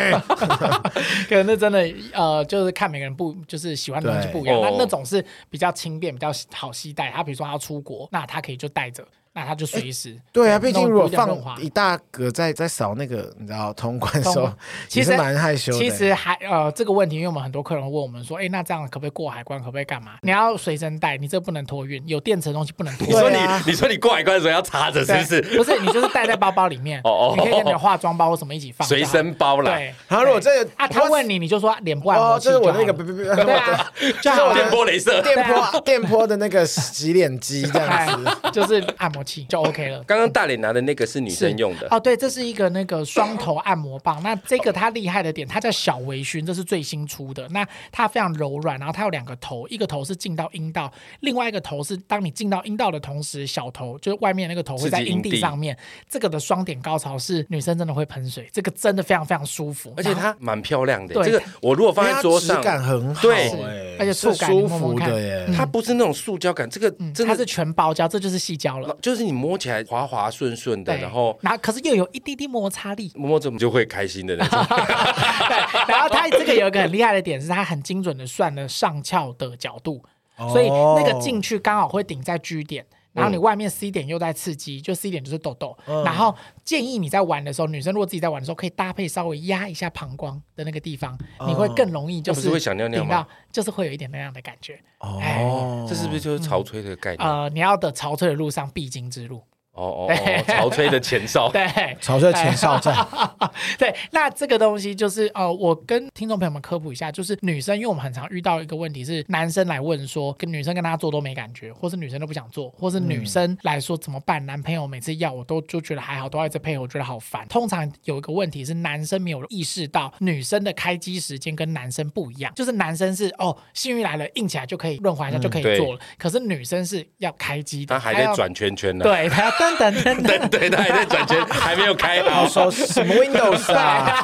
S3: 可能那真的呃，就是看每个人不就是喜欢的东西不一样。
S1: 对
S3: 那
S1: 哦
S3: 那种是比较轻便、比较好携带。他比如说他要出国，那他可以就带着。那它就随时。
S2: 对啊，毕竟如果
S3: 弄润滑
S2: 放一大格在在扫那个，你知道通关的时
S3: 通
S2: 候
S3: 关，
S2: 也
S3: 其
S2: 是
S3: 实
S2: 蛮害羞的。
S3: 其实还呃这个问题，因为我们很多客人问我们说，哎，那这样可不可以过海关？可不可以干嘛？你要随身带，你这不能托运，有电池的东西不能托
S1: 你说
S3: 运。
S1: 你
S2: 对啊，
S1: 你说你过海关的时候要插着，是不
S3: 对
S1: 是？
S3: 不是，你就是带在包包里面，
S1: 哦哦
S3: 你可以跟你的化妆包或什么一起放，
S1: 随身包啦。
S3: 对。
S2: 然后如果这个
S3: 啊，他问你，你就说脸部按摩
S2: 哦，
S3: 器
S2: 这
S3: 就是好了。
S2: 我那个不不不，
S3: 对
S2: 我的
S3: 啊，就好了
S1: 电波镭射。
S2: 电波电波的那个洗脸机这样子。
S3: 哎就是按摩器就 OK 了。
S1: 刚刚大脸拿的那个是女生用的，
S3: 哦，对，这是一个那个双头按摩棒。那这个它厉害的点，它叫小微醺，这是最新出的。那它非常柔软，然后它有两个头，一个头是进到阴道，另外一个头是当你进到阴道的同时，小头就是外面那个头会在
S1: 刺激阴
S3: 阴
S1: 蒂
S3: 蒂上面。这个的双点高潮是女生真的会喷水，这个真的非常非常舒服，
S1: 而且
S3: 然后。
S1: 它蛮漂亮的。
S3: 对
S1: 这个我如果放在桌上
S2: 因为它质，感很好，
S1: 对
S2: 哎
S3: 是而且
S2: 是
S3: 触感
S2: 舒
S3: 你摸摸
S2: 服
S3: 看
S2: 的耶。
S1: 它不是那种塑胶感，这个
S3: 嗯
S1: 真
S3: 它
S1: 的
S3: 是全包胶，这就是细胶了。
S1: 就是你摸起来滑滑顺顺的，
S3: 对，
S1: 然后
S3: 然后可是又有一滴滴摩擦力， [laughs]
S1: 摸着就会开心的那种。
S3: 哦对，然后它这个有一个很厉害的点是，它很精准的算了上翘的角度，
S2: 哦
S3: 所以那个进去刚好会顶在 G 点。然后你外面 C 点又在刺激，就 C 点就是痘痘。
S1: 嗯
S3: 然后建议你在玩的时候，女生如果自己在玩的时候，可以搭配稍微压一下膀胱的那个地方，你会更容易就
S1: 那不嗯
S3: 是
S1: 是会想尿尿吗
S3: 顶到，就是会有一点那样的感觉。
S2: 哦，
S1: [laughs] 这是不是就是潮吹的概念？哦
S3: 呃，你要的潮退的路上必经之路。
S1: 哦哦，潮吹的前哨。
S3: 对，
S2: 潮汕前哨站
S3: [laughs] 对，那这个东西就是呃，我跟听众朋友们科普一下，就是女生，因为我们很常遇到一个问题是，男生来问说，跟女生跟他做都没感觉，或是女生都不想做，或是
S1: 嗯
S3: 女生来说怎么办？男朋友每次要我都就觉得还好，都要一直配合，我觉得好烦。通常有一个问题是，男生没有意识到女生的开机时间跟男生不一样，就是男生是哦，幸运来了，硬起来就可以润滑一下就可以
S1: 嗯对
S3: 做了，可是女生是要开机的，
S1: 它还
S3: 她
S1: 在
S3: 要。
S1: 转圈圈呢，
S3: 对，他要噔噔噔噔，
S1: [laughs] 对，它还在转 [laughs] 圈，还没有开好
S2: 要。说什么 Windows 啊？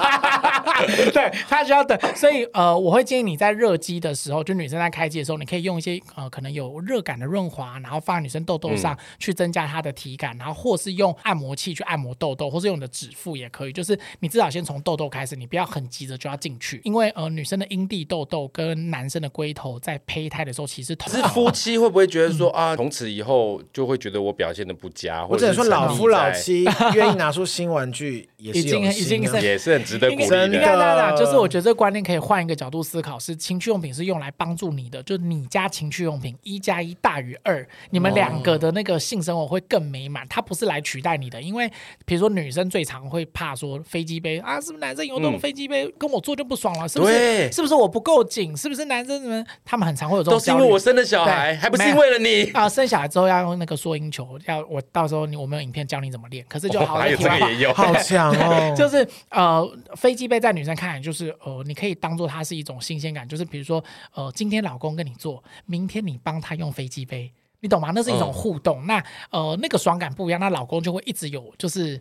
S3: 对， [laughs] 他需要等，所以呃，我会建议你在热机的时候，就女生在开机的时候，你可以用一些呃可能有热感的润滑，然后放在女生痘痘上、去增加她的体感，然后或是用按摩器去按摩痘痘，或是用你的指腹也可以。就是你至少先从痘痘开始，你不要很急着就要进去，因为呃女生的阴蒂痘痘跟男生的龟头在胚胎的时候其实
S1: [laughs]
S3: 同
S1: 是夫妻会不会觉得说啊，从此以后就会觉得我表现的不佳？
S2: 我
S1: 或者
S2: 只
S1: 是
S2: 能说老
S1: 沉溺
S2: 夫老
S1: 在，
S2: 妻愿意拿出新玩具也是
S3: 已经
S2: 有
S3: 已经
S2: 心的
S3: 是
S1: 也是很值得鼓
S3: 应
S1: 励
S3: 该
S1: 的。
S2: 真的
S3: 应该这样讲，就是我觉得这个观念可以换一个角度思考，是情趣用品是用来帮助你的，就你家情趣用品一加一大于二，你们两个的那个性生活会更美满，它不是来取代你的。因为比如说女生最常会怕说飞机杯啊，是不是男生有那
S1: 嗯
S3: 种飞机杯、跟我做就不爽了？是不
S1: 对
S3: 是？是不是我不够紧？是不是男生们他们很常会有这
S1: 都
S3: 种
S1: 是
S3: 焦
S1: 因
S3: 虑？
S1: 为我生了小孩，
S3: 对
S1: 还不是因为了你。
S3: 啊、生小孩之后要用那个缩阴球，要我到时候你我们有影片教你怎么练，可是就好
S1: 哦 [laughs] 还有
S3: 像。
S1: 这个也有，
S2: 好
S1: [laughs]
S2: 强哦
S3: [laughs] 就是呃，飞机杯在女生看来就是呃，你可以当做它是一种新鲜感，就是比如说呃，今天老公跟你做，明天你帮他用飞机杯，你懂吗？那是一种
S1: 嗯
S3: 互动，那呃，那个爽感不一样，那老公就会一直有就是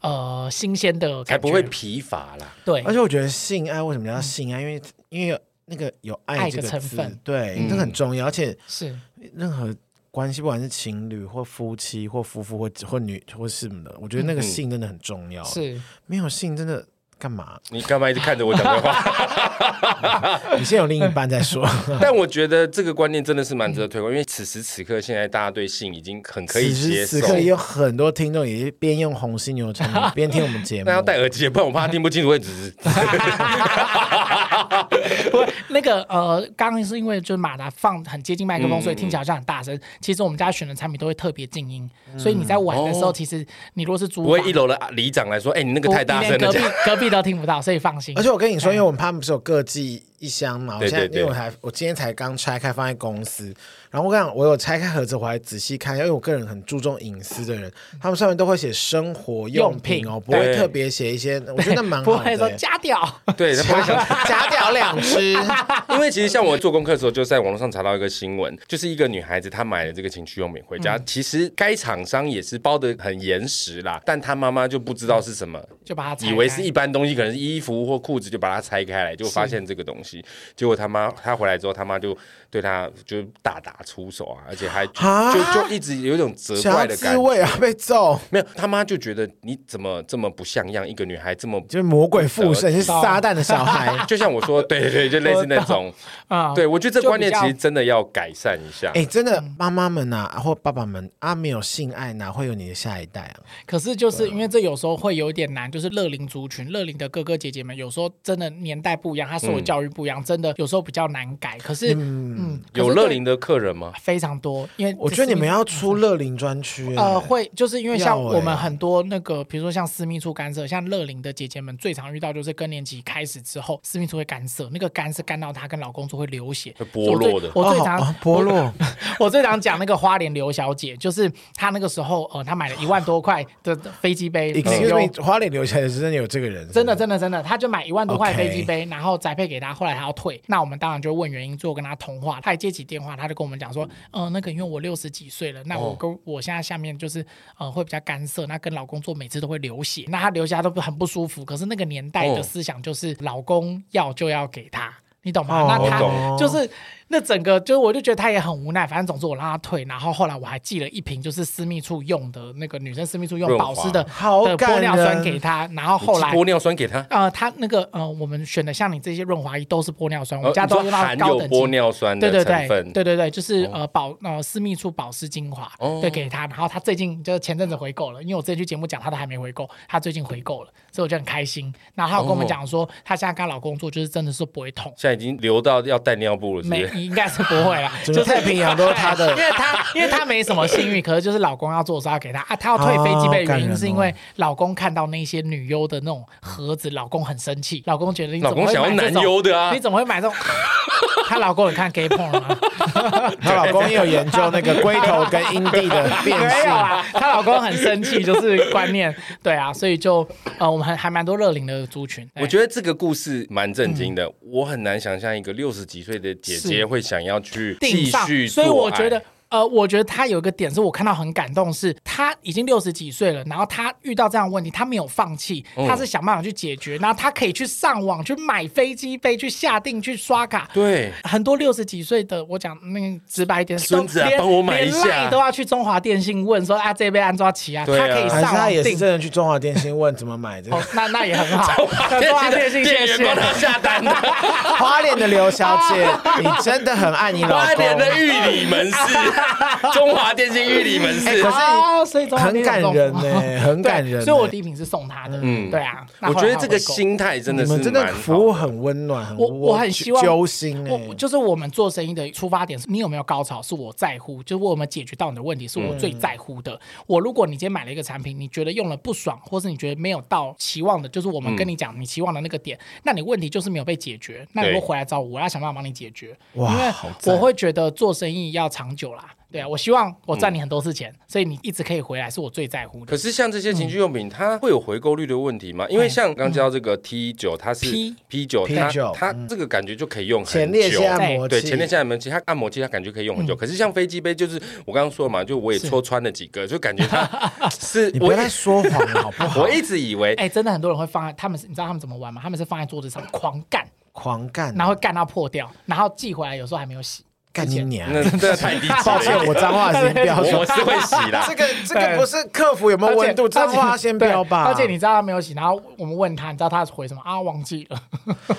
S3: 呃新鲜的
S1: 才
S3: 感觉，
S1: 不会哎疲乏啦。
S3: 对
S2: 而且我觉得性爱为什么要性爱？因为因为那个有爱
S3: 嗯爱
S2: 这
S3: 的
S2: 个
S3: 成
S2: 字
S3: 分，
S2: 对
S1: 嗯，
S2: 这个很重要。而且
S3: 是。
S2: 任何关系，不管是情侣或夫妻或夫妇或或女或是什么的，我觉得那个
S1: 嗯
S2: 性真的很重要。
S3: 是，
S2: 没有性真的干嘛？
S1: 你干嘛一直看着我讲这话？
S2: 你先有另一半再说。
S1: 但我觉得这个观念真的是蛮值得推广，因为此时此刻，现在大家对性已经很可以
S2: 此
S1: 接
S2: 时
S1: 受
S2: 此。刻也有很多听众也是边用红犀牛产
S3: [laughs]
S2: 品边听我们节目
S1: 那。要戴耳机，不然我怕听不清楚，会只是
S3: 不，那个呃，刚刚是因为就是马达放很接近麦
S1: 嗯
S3: 克风，所以听起来好像很大声。其实我们家选的产品都会特别静音，所以你在玩的时
S1: 哦
S3: 候，其实你如果是租
S1: 不会
S3: 房
S1: 一楼的里长来说，哎，你那个太大声
S3: 你连
S1: 了
S3: 隔壁
S1: 讲。
S3: 隔壁都听不到，所以放心
S2: 而。且我跟你
S3: 嗯
S2: 说，因为我们他们不是有各寄一箱嘛，我
S1: 对
S2: 现在
S1: 对对
S2: 因为我还我今天才刚拆开放在公司，然后我跟你讲，我有拆开盒子，我还仔细看，因为我个人很注重隐私的人，他们上面都会写生活用品哦，
S3: 嗯用品
S2: 不会
S1: 对
S2: 特别写一些，我觉得那
S3: [laughs]
S2: 蛮
S3: 不
S2: 好的
S3: 会说
S2: [laughs] 欸。
S3: 加掉，
S1: 对，他不会想
S2: 假屌两
S3: [laughs]
S2: 只，
S1: 因为其实像我做功课的时候，就在网络上查到一个新闻，就是一个女孩子她买了这个情趣用品回
S3: 嗯
S1: 家，其实该厂商也是包的很严实啦，但她妈妈就不知道是什么，
S3: 就把它嗯拆
S1: 以
S3: 开
S1: 为是一般东西，可能是衣服或裤子，就把它拆开来，就发现这个东
S3: 嗯
S1: 西。结果他妈她回来之后，他妈就对她就大打出手啊，而且还就
S2: 啊
S1: 就就一直有一种责
S2: 想
S1: 怪
S2: 要
S1: 的
S2: 自
S1: 感
S2: 慰
S1: 觉。
S2: 啊，被揍，
S1: 没有，他妈就觉得你怎么这么不
S3: [laughs]
S1: 像样，一个女孩这么
S2: 就是魔鬼附身，是撒旦的小孩。 [laughs]
S1: 就像我说，对对对，就类似那种。
S3: 啊，
S1: 对，我觉得这观念
S3: 就比
S1: 其
S3: 较
S1: 实真的要改善一下。
S2: 哎、真的，妈妈们呐、啊，或爸爸们啊，没有性爱哪会有你的下一代啊？
S3: 可是就是因为这有时候会有点难，就是乐龄族群、乐龄的哥哥姐姐们，有时候真的年代不一样，他受的教育不一样，真的有时候比较难改。可是，嗯，可
S1: 有
S3: 是
S1: 乐
S3: 对
S1: 龄的客人吗？
S3: 非常多，因为
S2: 我觉得你们
S3: 要。
S2: 要出乐龄专区、
S3: 呃，
S2: 哎
S3: 会就是因为像
S2: 要欸
S3: 我们很多那个，比如说像私密处干涉，像乐龄的姐姐们最常遇到就是更年期开始之后，私密处会干涉，那个干是干到她跟老公处会流血，
S1: 会剥落的
S3: 所以我最我最
S2: 哦
S3: 常
S2: 哦剥落，
S3: [laughs] 我最常讲那个花莲刘小姐，就是她那个时候呃，她买了一万多块的飞机杯，
S2: Excuse
S3: 有
S2: me，花脸留下来是真的有这个人，
S3: 嗯真的
S2: 是
S3: 真的真的，他就买一万多块
S2: OK
S3: 飞机杯然后宅配给他，后来他要退，那我们当然就问原因，最后跟他通话，他也接起电话，他就跟我们讲说，
S2: 嗯
S3: 呃，那个因为我六十几岁了，那
S2: 哦
S3: 我跟、我现在下面就是呃会比较干涩，那跟老公做每次都会流血，那他流血他都不很不舒服，可是那个年代的
S1: 哦
S3: 思想就是老公要就要给他。你懂吗？
S2: 哦
S3: 那
S1: 我懂
S3: 他就是那整个，就是我就觉得他也很无奈。反正总之我让他退，然后后来我还寄了一瓶就是私密处用的那个女生私密处用
S1: 润
S3: 保
S1: 滑
S3: 湿的
S2: 好
S3: 的
S2: 感
S3: 玻尿酸
S2: 人
S3: 给他，然后后来
S1: 你寄玻尿酸给他，
S3: 呃，它那个呃，我们选的像你这些润滑液都是玻尿酸，我
S1: 呃
S3: 们家都
S1: 你
S3: 用
S1: 说
S3: 到
S1: 含
S3: 高
S1: 有
S3: 等
S1: 玻
S3: 级。
S1: 尿酸
S3: 对
S1: 的
S3: 对
S1: 成
S3: 对
S1: 分。
S3: 对对对，就是呃保呃私密处保湿精华，
S1: 哦
S3: 对给他，然后他最近就是前阵子回购了，因为我之前去节目讲他都还没回购，他最近回购了，所以我就很开心。然后他有跟
S1: 哦
S3: 我们讲说，她现在跟她老公做就是真的是不会痛，
S1: 现在已经流到要带尿布了，是不
S3: 没
S1: 是？
S3: 应该是不会
S1: [laughs]
S3: 啦，
S2: 整
S3: [laughs] 就
S2: 个
S3: 是
S2: 太平洋都是他的 [laughs]
S3: [laughs] 因为她因为她没什么性欲，可是就是老公要做的时候要给她啊，她要退飞机
S1: 哦
S3: 杯的原因是因为老公看到那些女优的那种盒子，老公很生气，老公觉得你怎
S1: 老
S3: 么
S1: 公
S3: 会
S1: 想要
S3: 买这
S1: 男
S3: 种
S1: 优的啊
S3: 你，怎么会买这种？ [laughs] 她老公有看 gay
S1: [laughs]
S3: porn 吗？
S2: 她老公也有研究那个龟头跟阴蒂的变
S3: [laughs] 没有
S2: 性。
S3: 啊，她老公很生气，就是观念对啊，所以就呃，我们还还蛮多乐龄的族群。
S1: 我觉得这个故事蛮震惊的，我很难想象一个六十几岁的姐姐
S3: 嗯是
S1: 会想要去
S3: 定
S1: 继
S3: 上
S1: 续，
S3: 所以
S1: 做
S3: 我
S1: 爱
S3: 觉得。呃，我觉得他有一个点是我看到很感动是，他已经六十几岁了，然后他遇到这样的问题，他没有放弃，
S1: 嗯
S3: 他是想办法去解决，然后他可以去上网去买飞机杯，去下定去刷卡。
S1: 对
S3: 很多六十几岁的，我讲那个直白一点，
S1: 孙子啊
S3: 都连
S1: 帮我买一下
S3: 连 Line 都要去中华电信问说啊这杯安装起啊，
S1: 对啊
S3: 他可以
S2: 还是
S3: 上
S2: 他
S3: 网
S2: 也是
S3: 订。
S2: 真的去中华电信问怎么买这
S3: [laughs]
S2: 个
S3: 哦，那那也很
S1: [laughs]
S3: 好，那中华 [laughs] 电信谢
S1: 店员
S3: 谢
S1: 帮。他下单
S3: [laughs]
S1: 的，
S2: 花脸的刘小姐，你真的很爱你老
S1: 花莲的
S2: 公，
S1: 玉里门
S3: [laughs]
S1: 市，中华电信玉里门市。
S2: 可是
S3: 啊，所以中华
S2: 很
S3: 电信
S2: 感
S3: 有中
S2: 人欸呢、很
S3: 对，
S2: 感人、
S3: 所以我第一瓶是送他的，嗯，对啊。那
S1: 欸我
S3: 后
S1: 觉得
S3: 来他
S1: 这个
S3: 回购，
S1: 心态真
S2: 你
S1: 的是
S2: 们真的
S1: 蛮好
S2: 服务很温暖，很
S3: 我我很希望
S2: 揪心哎、
S3: 我
S1: 欸
S3: 我就是我们做生意的出发点是，你有没有高潮是我在乎，就是我们解决到你的问题是我最在乎
S1: 嗯
S3: 的。我如果你今天买了一个产品，你觉得用了不爽，或是你觉得没有到期望的，就是我
S1: 嗯
S3: 们跟你讲你期望的那个点，那你问题就是没有被解决，那你
S1: 对
S3: 会回来找我，我要想办法帮你解决。
S2: 哇
S3: 因为
S2: 好赞
S3: 我会觉得做生意要长久啦，对啊，我希望我赚你很多次钱，所以你一直可以回来是我最在乎的
S1: 嗯可。是像这些
S2: 嗯
S1: 情趣用品，它会有回购率的问题吗？因为像刚教这个嗯 T 九，它是
S3: P
S1: P 九，
S2: 哎 P 嗯
S1: 它
S2: 九
S1: 它这个感觉就可以用很久
S2: 前列腺按摩器，
S1: 对前列腺按摩器，它按摩器它感觉可以用
S2: 嗯
S1: 很久。可是像飞机杯，就是我刚刚说嘛，就我也戳穿了几个，就感觉
S2: [laughs]
S1: 它是
S2: 你不
S1: 我
S2: 要再说谎了
S1: [laughs]
S2: 好不好？
S1: 我一直以为
S3: 哎、真的很多人会放在他们是，你知道他们怎么玩吗？他们是放在桌子上狂干，
S2: 狂干，
S3: 然后干到破掉，然后寄回来有时候还没有洗。
S2: 干你娘！
S1: 那真的太低级了。
S2: 抱歉，我脏话已经标
S1: 我
S2: 准
S1: 我。是会洗啦
S2: 这。个这个不是客服有没有温度，脏话先标吧。
S3: 而且你知道他没有洗，然后我们问他，你知道他回什么啊？忘记了。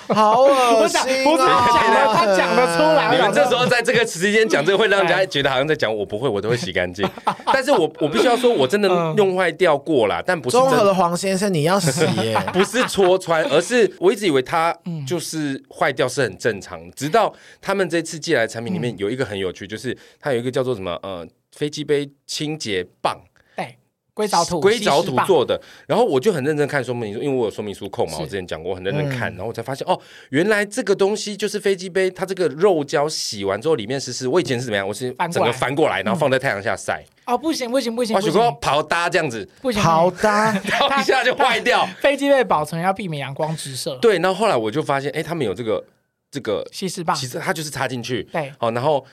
S2: 好恶
S3: 我想
S2: 心
S3: 不是
S2: 哦！
S3: 讲的，他讲得出来。
S1: 你
S3: 我
S1: 们
S3: 想
S1: 这
S3: 说
S1: 时候在这个时间讲这个，会让人家
S2: 哎
S1: 觉得好像在讲我不会，我都会洗干净。但是我我必须要说，我真的
S2: 嗯
S1: 用坏掉过啦，但不是
S2: 综
S1: 真
S2: 合的黄先生，你要洗耶！
S3: [laughs]
S1: [laughs] 不是戳穿，而是我一直以为它就是坏掉是很正
S3: 嗯
S1: 常的，直到他们这次寄来的产品里面有一个很有趣，就是它有一个叫做什么呃飞机杯清洁棒。
S3: 对硅藻土，
S1: 硅藻
S3: 稀
S1: 土
S3: 哦释棒
S1: 做的，然后我就很认真看说明书，因为我有说明书控嘛，
S3: 是嗯
S1: 我之前讲过，我很认真看，然后我才发现哦，原来这个东西就是飞机杯，它这个肉胶洗完之后里面湿湿，我以前是怎么样？我是
S3: 翻过
S1: 整
S3: 来嗯
S1: 个翻过来，然后放在太阳下晒，
S3: 哦，不行不行不行
S1: 我
S3: 不
S1: 想
S3: 行
S1: 说跑搭这样
S3: [laughs]
S1: 子，
S3: 不行，
S2: 好的，
S1: 一下就坏
S3: [laughs]
S1: 掉。
S3: 飞机被保存要避免阳光直射，
S1: 对，然后后来我就发现，哎，他们有这个这个
S3: 稀释棒
S1: 其实它就是插进去，
S3: 对
S1: 好，然后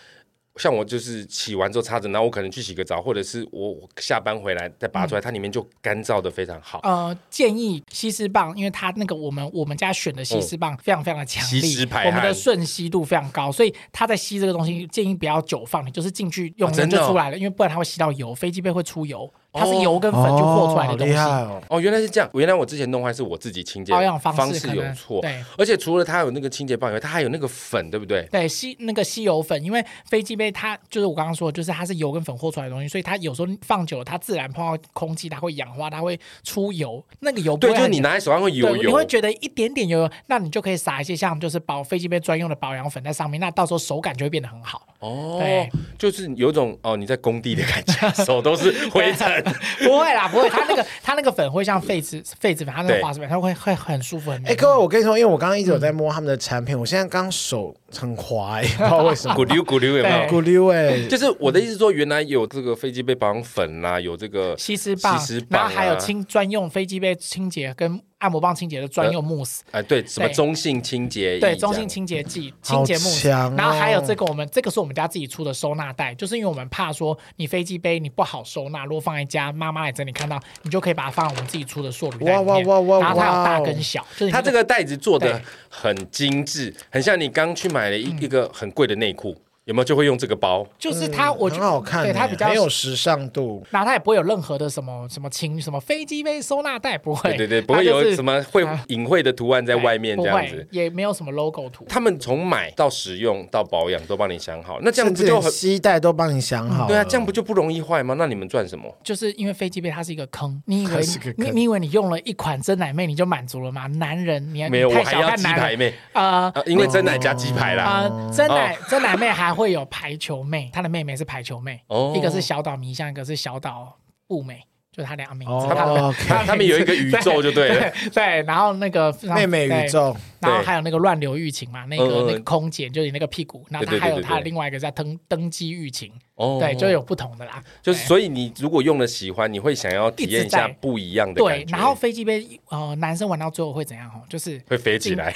S1: 像我就是洗完之后插着，然后我可能去洗个澡，或者是我我下班回来再拔出来，
S3: 嗯
S1: 它里面就干燥的非常好。
S3: 呃，建议吸湿棒，因为它那个我们我们家选的吸湿棒非常非常的强力，
S1: 吸湿哦排汗
S3: 我们的瞬吸度非常高，所以它在吸这个东西，建议不要久放，你就是进去用
S1: 啊
S3: 人
S1: 真的
S3: 就
S1: 哦
S3: 出来了，因为不然它会吸到油，飞机杯会出油。它是油跟粉去和出来的
S2: 哦
S3: 东
S2: 厉
S3: 西，
S2: 害哦，
S1: 哦，原来是这样，原来我之前弄坏是我自己清洁
S3: 保养方
S1: 方
S3: 式
S1: 式
S3: 可
S1: 有
S3: 能
S1: 错，
S3: 对
S1: 而且除了它有那个清洁棒以外，它还有那个粉，对不对？
S3: 对吸那个吸油粉，因为飞机杯它就是我刚刚说的，就是它是油跟粉和出来的东西，所以它有时候放久了，它自然碰到空气，它会氧化，它会出油，那个油不
S1: 对，
S3: 会
S1: 就是
S3: 很
S1: 你拿在手上会油
S3: 对，你
S1: 油
S3: 会，觉得一点点油油，那你就可以撒一些像就是保飞机杯专用的保养粉在上面，那到时候手感就会变得很好，
S1: 哦
S3: 对，
S1: 就是有种哦你在工地的感觉，手都是灰尘。
S3: 不会啦，不会，它那
S1: [laughs]
S3: 个它那个粉会像痱子痱子粉，它那
S1: 对
S3: 个滑石粉，它会会很舒服很。
S2: 哎、各位，我跟你说，因为我刚刚一直有在摸他们的产品，我现在刚手很滑、
S3: [laughs]
S2: 欸，不知道为
S1: [laughs]
S2: 什么，
S1: 咕溜咕溜有没有
S3: 对？
S2: 咕溜哎、
S1: 就是我的意思说，原来有这个飞机杯保养粉啦、有这个
S3: 吸湿棒，
S1: 吸湿棒
S3: 然
S1: 啊
S3: 后还有清专用飞机杯清洁跟按摩棒清洁的专用慕斯，
S1: 哎，对，什么
S3: 对
S1: 中性清洁液这样，嗯
S3: 对，中性清洁剂、
S2: 好
S3: 清洁慕斯，
S2: 强哦
S3: 然后还有这个我们这个是我们家自己出的收纳袋，就是因为我们怕说你飞机杯你不好收纳，如果放在家妈妈来整理看到，你就可以把它放在我们自己出的塑铝袋里面，
S2: 哇哇哇哇哇
S3: 然后它有大跟小，就是你
S1: 哦它
S3: 那
S1: 这
S3: 个
S1: 个袋子做的
S3: 对嗯
S1: 很精致，很像你刚去买了一一个很贵的内裤，有没有就会用这个包？
S3: 就是它，
S1: 嗯
S3: 我觉
S2: 很
S3: 得
S2: 好看、欸，
S3: 对它比较
S2: 很有时尚度。
S3: 然后它也不会有任何的什么什么轻什么飞机杯收纳袋，不会，
S1: 对对对，
S3: 它
S1: 不会
S3: 就
S1: 有
S3: 是啊
S1: 什么会隐晦的图案在
S3: 对
S1: 外面
S3: 不
S1: 这样
S3: 会
S1: 子。
S3: 也没有什么 logo 图。
S1: 他们从买到使用到保养都帮你想好，那这样
S2: 甚
S1: 不
S2: 至
S1: 就
S2: 连
S1: 很
S2: 膝带都帮你想好了，
S1: 对啊？这样不就不容易坏吗？那你们赚什么？
S3: 就是因为飞机杯它是一个坑，你以为
S2: 它是个坑
S3: 你你以为你用了一款真奶妹你就满足了吗？男人，你
S1: 没有，
S3: 你
S1: 我
S3: 太
S1: 还
S3: 小
S1: 要
S3: 看
S1: 鸡
S3: 男
S1: 排
S3: 人。
S1: 妹
S3: 呃
S1: 啊，因哦为真奶加鸡排啦。
S3: 呃，
S2: 哦
S3: 真奶真奶妹还会有排球妹，她的妹妹是排球妹
S1: 哦，
S3: 一个是小岛迷香，一个是小岛步美，就是她两个名字。
S2: 哦
S3: 她的
S2: ，OK
S1: 他他们有一个宇宙就对了，
S3: 对对，啊然后那个
S2: [laughs] 妹妹宇，宙，
S3: 对然后还有那个乱流玉琴嘛，那
S1: 嗯嗯
S3: 个那个空姐就是那个屁股，然后
S1: 对对
S3: 她
S1: 对
S3: 还有
S1: 对对
S3: 她另外一个叫登登机玉琴，
S1: 哦
S3: 对，就有不同的啦，
S1: 就是
S3: 对
S1: 所以你如果用了喜欢，你会想要体验一下不一样的感
S3: 对
S1: 觉，，
S3: 然后飞机杯呃，男生玩到最后会怎样？哦，就是
S1: 会飞起来。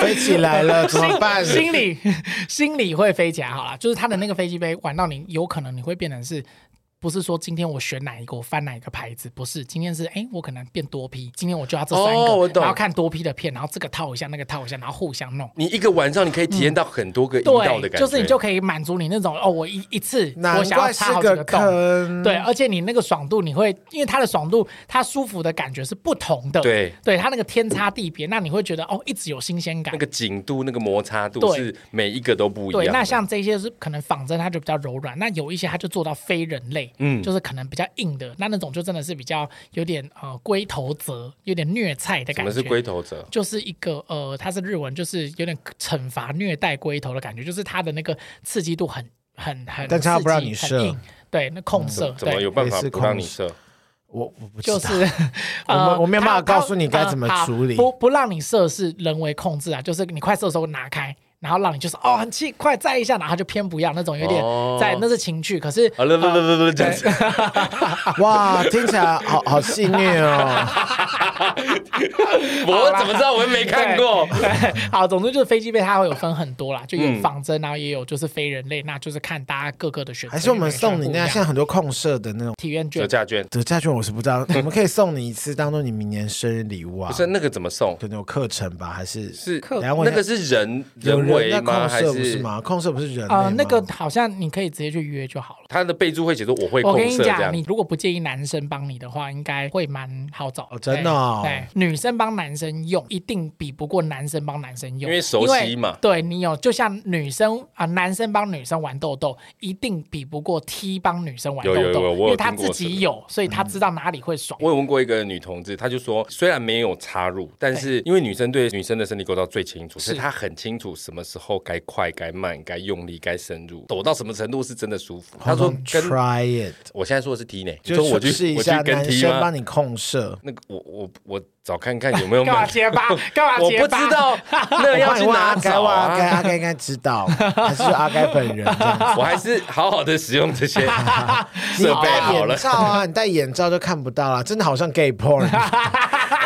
S2: 飞起来了，怎么办？
S3: [laughs] 心里 [laughs] 心里会飞起来好了，就是他的那个飞机杯玩到你，有可能你会变成是。不是说今天我选哪一个，我翻哪一个牌子，不是，今天是哎、诶我可能变多批，今天我就要这三个，
S1: 哦我懂
S3: 然后看多批的片，然后这个套一下，那个套一下，然后互相弄，
S1: 你一个晚上你可以体验到很多个阴道的
S3: 对，
S1: 感觉，
S3: 就是你就可以满足你那种哦，我一一次
S2: 难
S3: 我想
S2: 怪
S3: 要
S2: 是
S3: 插好几
S2: 个
S3: 个洞，
S2: 坑，
S3: 对，，而且你那个爽度，你会因为它的爽度，它舒服的感觉是不同的，
S1: 对
S3: 对，它那个天差地别，那你会觉得哦，一直有新鲜感
S1: 那，个紧度、那个摩擦度
S3: 对
S1: 是每一个都不一样
S3: 对
S1: 的。，
S3: 那像这些是可能仿真，它就比较柔软；那有一些它就做到非人类，
S1: 嗯
S3: 嗯，就是可能比较硬的，那那种就真的是比较有点呃龟头泽，有点虐菜的
S1: 什
S3: 感
S1: 么是
S3: 觉。
S1: 龟头者？
S3: 就是一个呃，它是日文，就是有点惩罚虐待龟头的感觉，就是它的那个刺激度很很很，
S2: 但是它
S3: 刺激
S2: 不让你
S3: 很
S2: 射
S3: 硬，对，那控射，
S1: 嗯怎么
S3: 对
S1: 有办法
S2: 也是
S1: 不让
S2: 控
S1: 你射？
S2: 我我不知道
S3: 就。 [laughs] 是
S2: 我们我没有办法
S3: 它它
S2: 告诉你该怎么
S3: 呃好
S2: 处理
S3: 不不让你射是人为控制啊，就是你快射的时候拿开，然后让你就是哦很气，快再一下，然后它就偏不要那种，有点
S1: 哦
S3: 在那是情趣，可是
S1: 啊，不不不不不，这样子
S2: 哇，听起来好好戏虐哦！
S1: [laughs] 我怎么知道？我又没看过。
S3: 对好，啊总之就是飞机杯它会有分很多啦，就
S1: 嗯
S3: 有仿真，然后也有就是非人类，那就是看大家各个的选择。
S2: 还是我们送你
S3: 因为
S2: 那
S3: 选不一
S2: 现
S3: 样
S2: 在很多控社的
S1: [laughs]
S2: 那种
S3: 体验
S1: 折
S3: 券，
S1: 价券
S2: 折价券，我是不知道，我们可以送你一次，当做你明年生日礼物啊
S1: 不。是那个怎么送？
S2: 可能有课程吧，还是
S1: 是
S3: 客
S2: 等一下问
S1: 那
S2: 一下
S1: 个是人
S2: 有
S1: 人为
S2: 人在
S1: 吗？
S2: 控
S1: 还
S2: 社不是
S1: 是
S2: 吗？控社不是人类
S3: 啊
S2: 吗，
S3: 那个好像你可以直接去约就好了。
S1: 它的备注会写说我会
S3: 我跟
S1: 控
S3: 你
S1: 射这
S3: 讲，
S1: 样
S3: 你？如果不介意男生帮你的话，应该会蛮好找
S2: 哦真的哦
S3: 对，对女生帮男生用一定比不过男生帮男生
S1: 因
S3: 用，
S1: 为熟悉嘛
S3: 因为对你有，就像女生啊、男生帮女生玩豆豆，一定比不过 T 帮女生玩豆
S1: 有
S3: 豆，
S1: 有有我有
S3: 因为他
S1: 听过嗯
S3: 自己有，所以他知道哪里会爽。
S1: 我有问过一个女同志，她就说，虽然没有插入，但是因为女生对女生的身体构造最清楚，所以她很清楚什么时候该快、该慢、该用力、该深入，抖到什么程度是真的舒服。她说
S2: 好像
S1: 跟
S2: try it，
S1: 我现在说的是 T 呢，你
S2: 就
S1: 说我去
S2: 试一
S1: 我去
S2: 下
S1: 跟
S2: 男
S1: T
S2: 生
S1: 吗
S2: 帮？你控社。
S1: 那个我我我找看看有没有
S3: [laughs] 干嘛
S1: 满，
S3: 结巴？干嘛
S1: 我
S3: 结
S1: 不
S3: 巴？
S1: 知道 [laughs] 那个
S2: 我
S1: 要
S2: 帮你
S1: 去
S2: 问
S1: 哪
S2: 阿该，
S1: 找
S2: 问阿该，
S1: 啊。
S2: 阿该应该知
S3: [laughs]
S2: 道，还是阿该本人这样子？
S1: 我还是好好的使用这
S2: [laughs]
S1: 些设备好了
S2: 你戴眼。罩啊，你戴眼罩就看不到了，真的好像 gay porn，
S3: [laughs]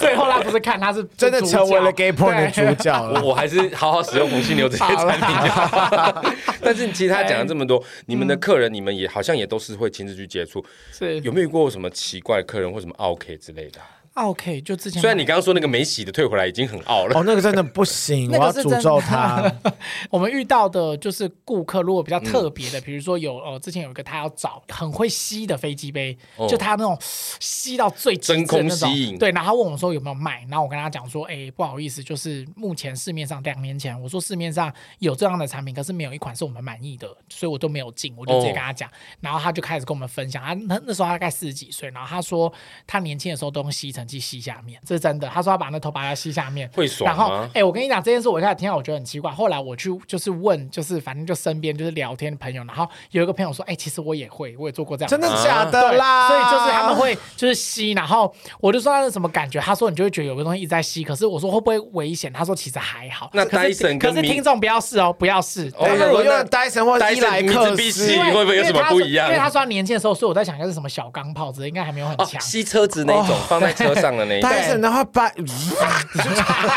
S3: 最后他不是看他是
S2: 真的成为了 gay porn 的
S3: 对
S2: 主角了
S1: 我。我还是好好使用红犀牛这些产品就好。
S3: [laughs]
S1: 但是其实他讲了这么多，
S3: 哎
S1: 你们的
S3: 嗯
S1: 客人，你们也好像也都是会亲自去接触，
S3: 是
S1: 有没有遇过什么奇怪的客人或什么 OK 之类的啊？
S3: 奥 K 就之前
S1: 虽然你
S3: 买
S1: 刚刚说那个没洗的退回来已经很傲了，
S2: [laughs] 哦，那个真的不行，我
S3: 那
S2: 要
S3: 个是真的
S2: 诅咒
S3: [laughs]
S2: 他。
S3: 我们遇到的就是顾客，如果
S1: 嗯
S3: 比较特别的，比如说有呃，之前有一个他要找很会吸的飞机杯，
S1: 哦
S3: 就他那种吸到最极致
S1: 真空
S3: 的那种
S1: 吸引
S3: 对，然后他问我说有没有卖，然后我跟他讲说，哎，不好意思，就是目前市面上两年前我说市面上有这样的产品，可是没有一款是我们满意的，所以我都没有进，我就直接跟他讲，
S1: 哦
S3: 然后他就开始跟我们分享，他啊那那时候他大概四十几岁，然后他说他年轻的时候都用吸尘器吸下面，这是真的，他说他把那头发要吸下面，
S1: 会爽
S3: 然后，
S1: 吗
S3: 哎、我跟你讲这件事，我一开始听到我觉得很奇怪，后来我去就是问，就是反正就身边就是聊天的朋友，然后有一个朋友说，哎、其实我也会，我也做过这样，
S2: 真的
S1: 啊
S2: 假的
S3: 对
S2: 啦？
S3: 所以就是他们会就是吸，然后我就说他是什么感觉，他说你就会觉得有个东西一直在吸，可是我说会不会危险？他说其实还好。
S1: 那
S3: 可是
S1: Dyson
S3: 可
S1: 跟
S3: 是
S1: 明
S3: 听众不要试哦，不要试。
S1: 哦
S2: 但是我用了 Dyson 或者伊
S1: Dyson
S2: 莱克
S1: 米兹
S2: 斯
S1: 必，
S3: 因为
S1: 你会不会有
S3: 因为
S1: 什么
S3: 他
S1: 不
S3: 说
S1: 一样
S3: 因为他说他年轻的时候，所以我在想应该是什么小钢炮之类，应该还没有很
S1: 哦，
S3: 强。
S1: 吸车子那种
S3: 哦
S1: 放在车上的那一种，
S2: Dyson 的话 [laughs] 把，啊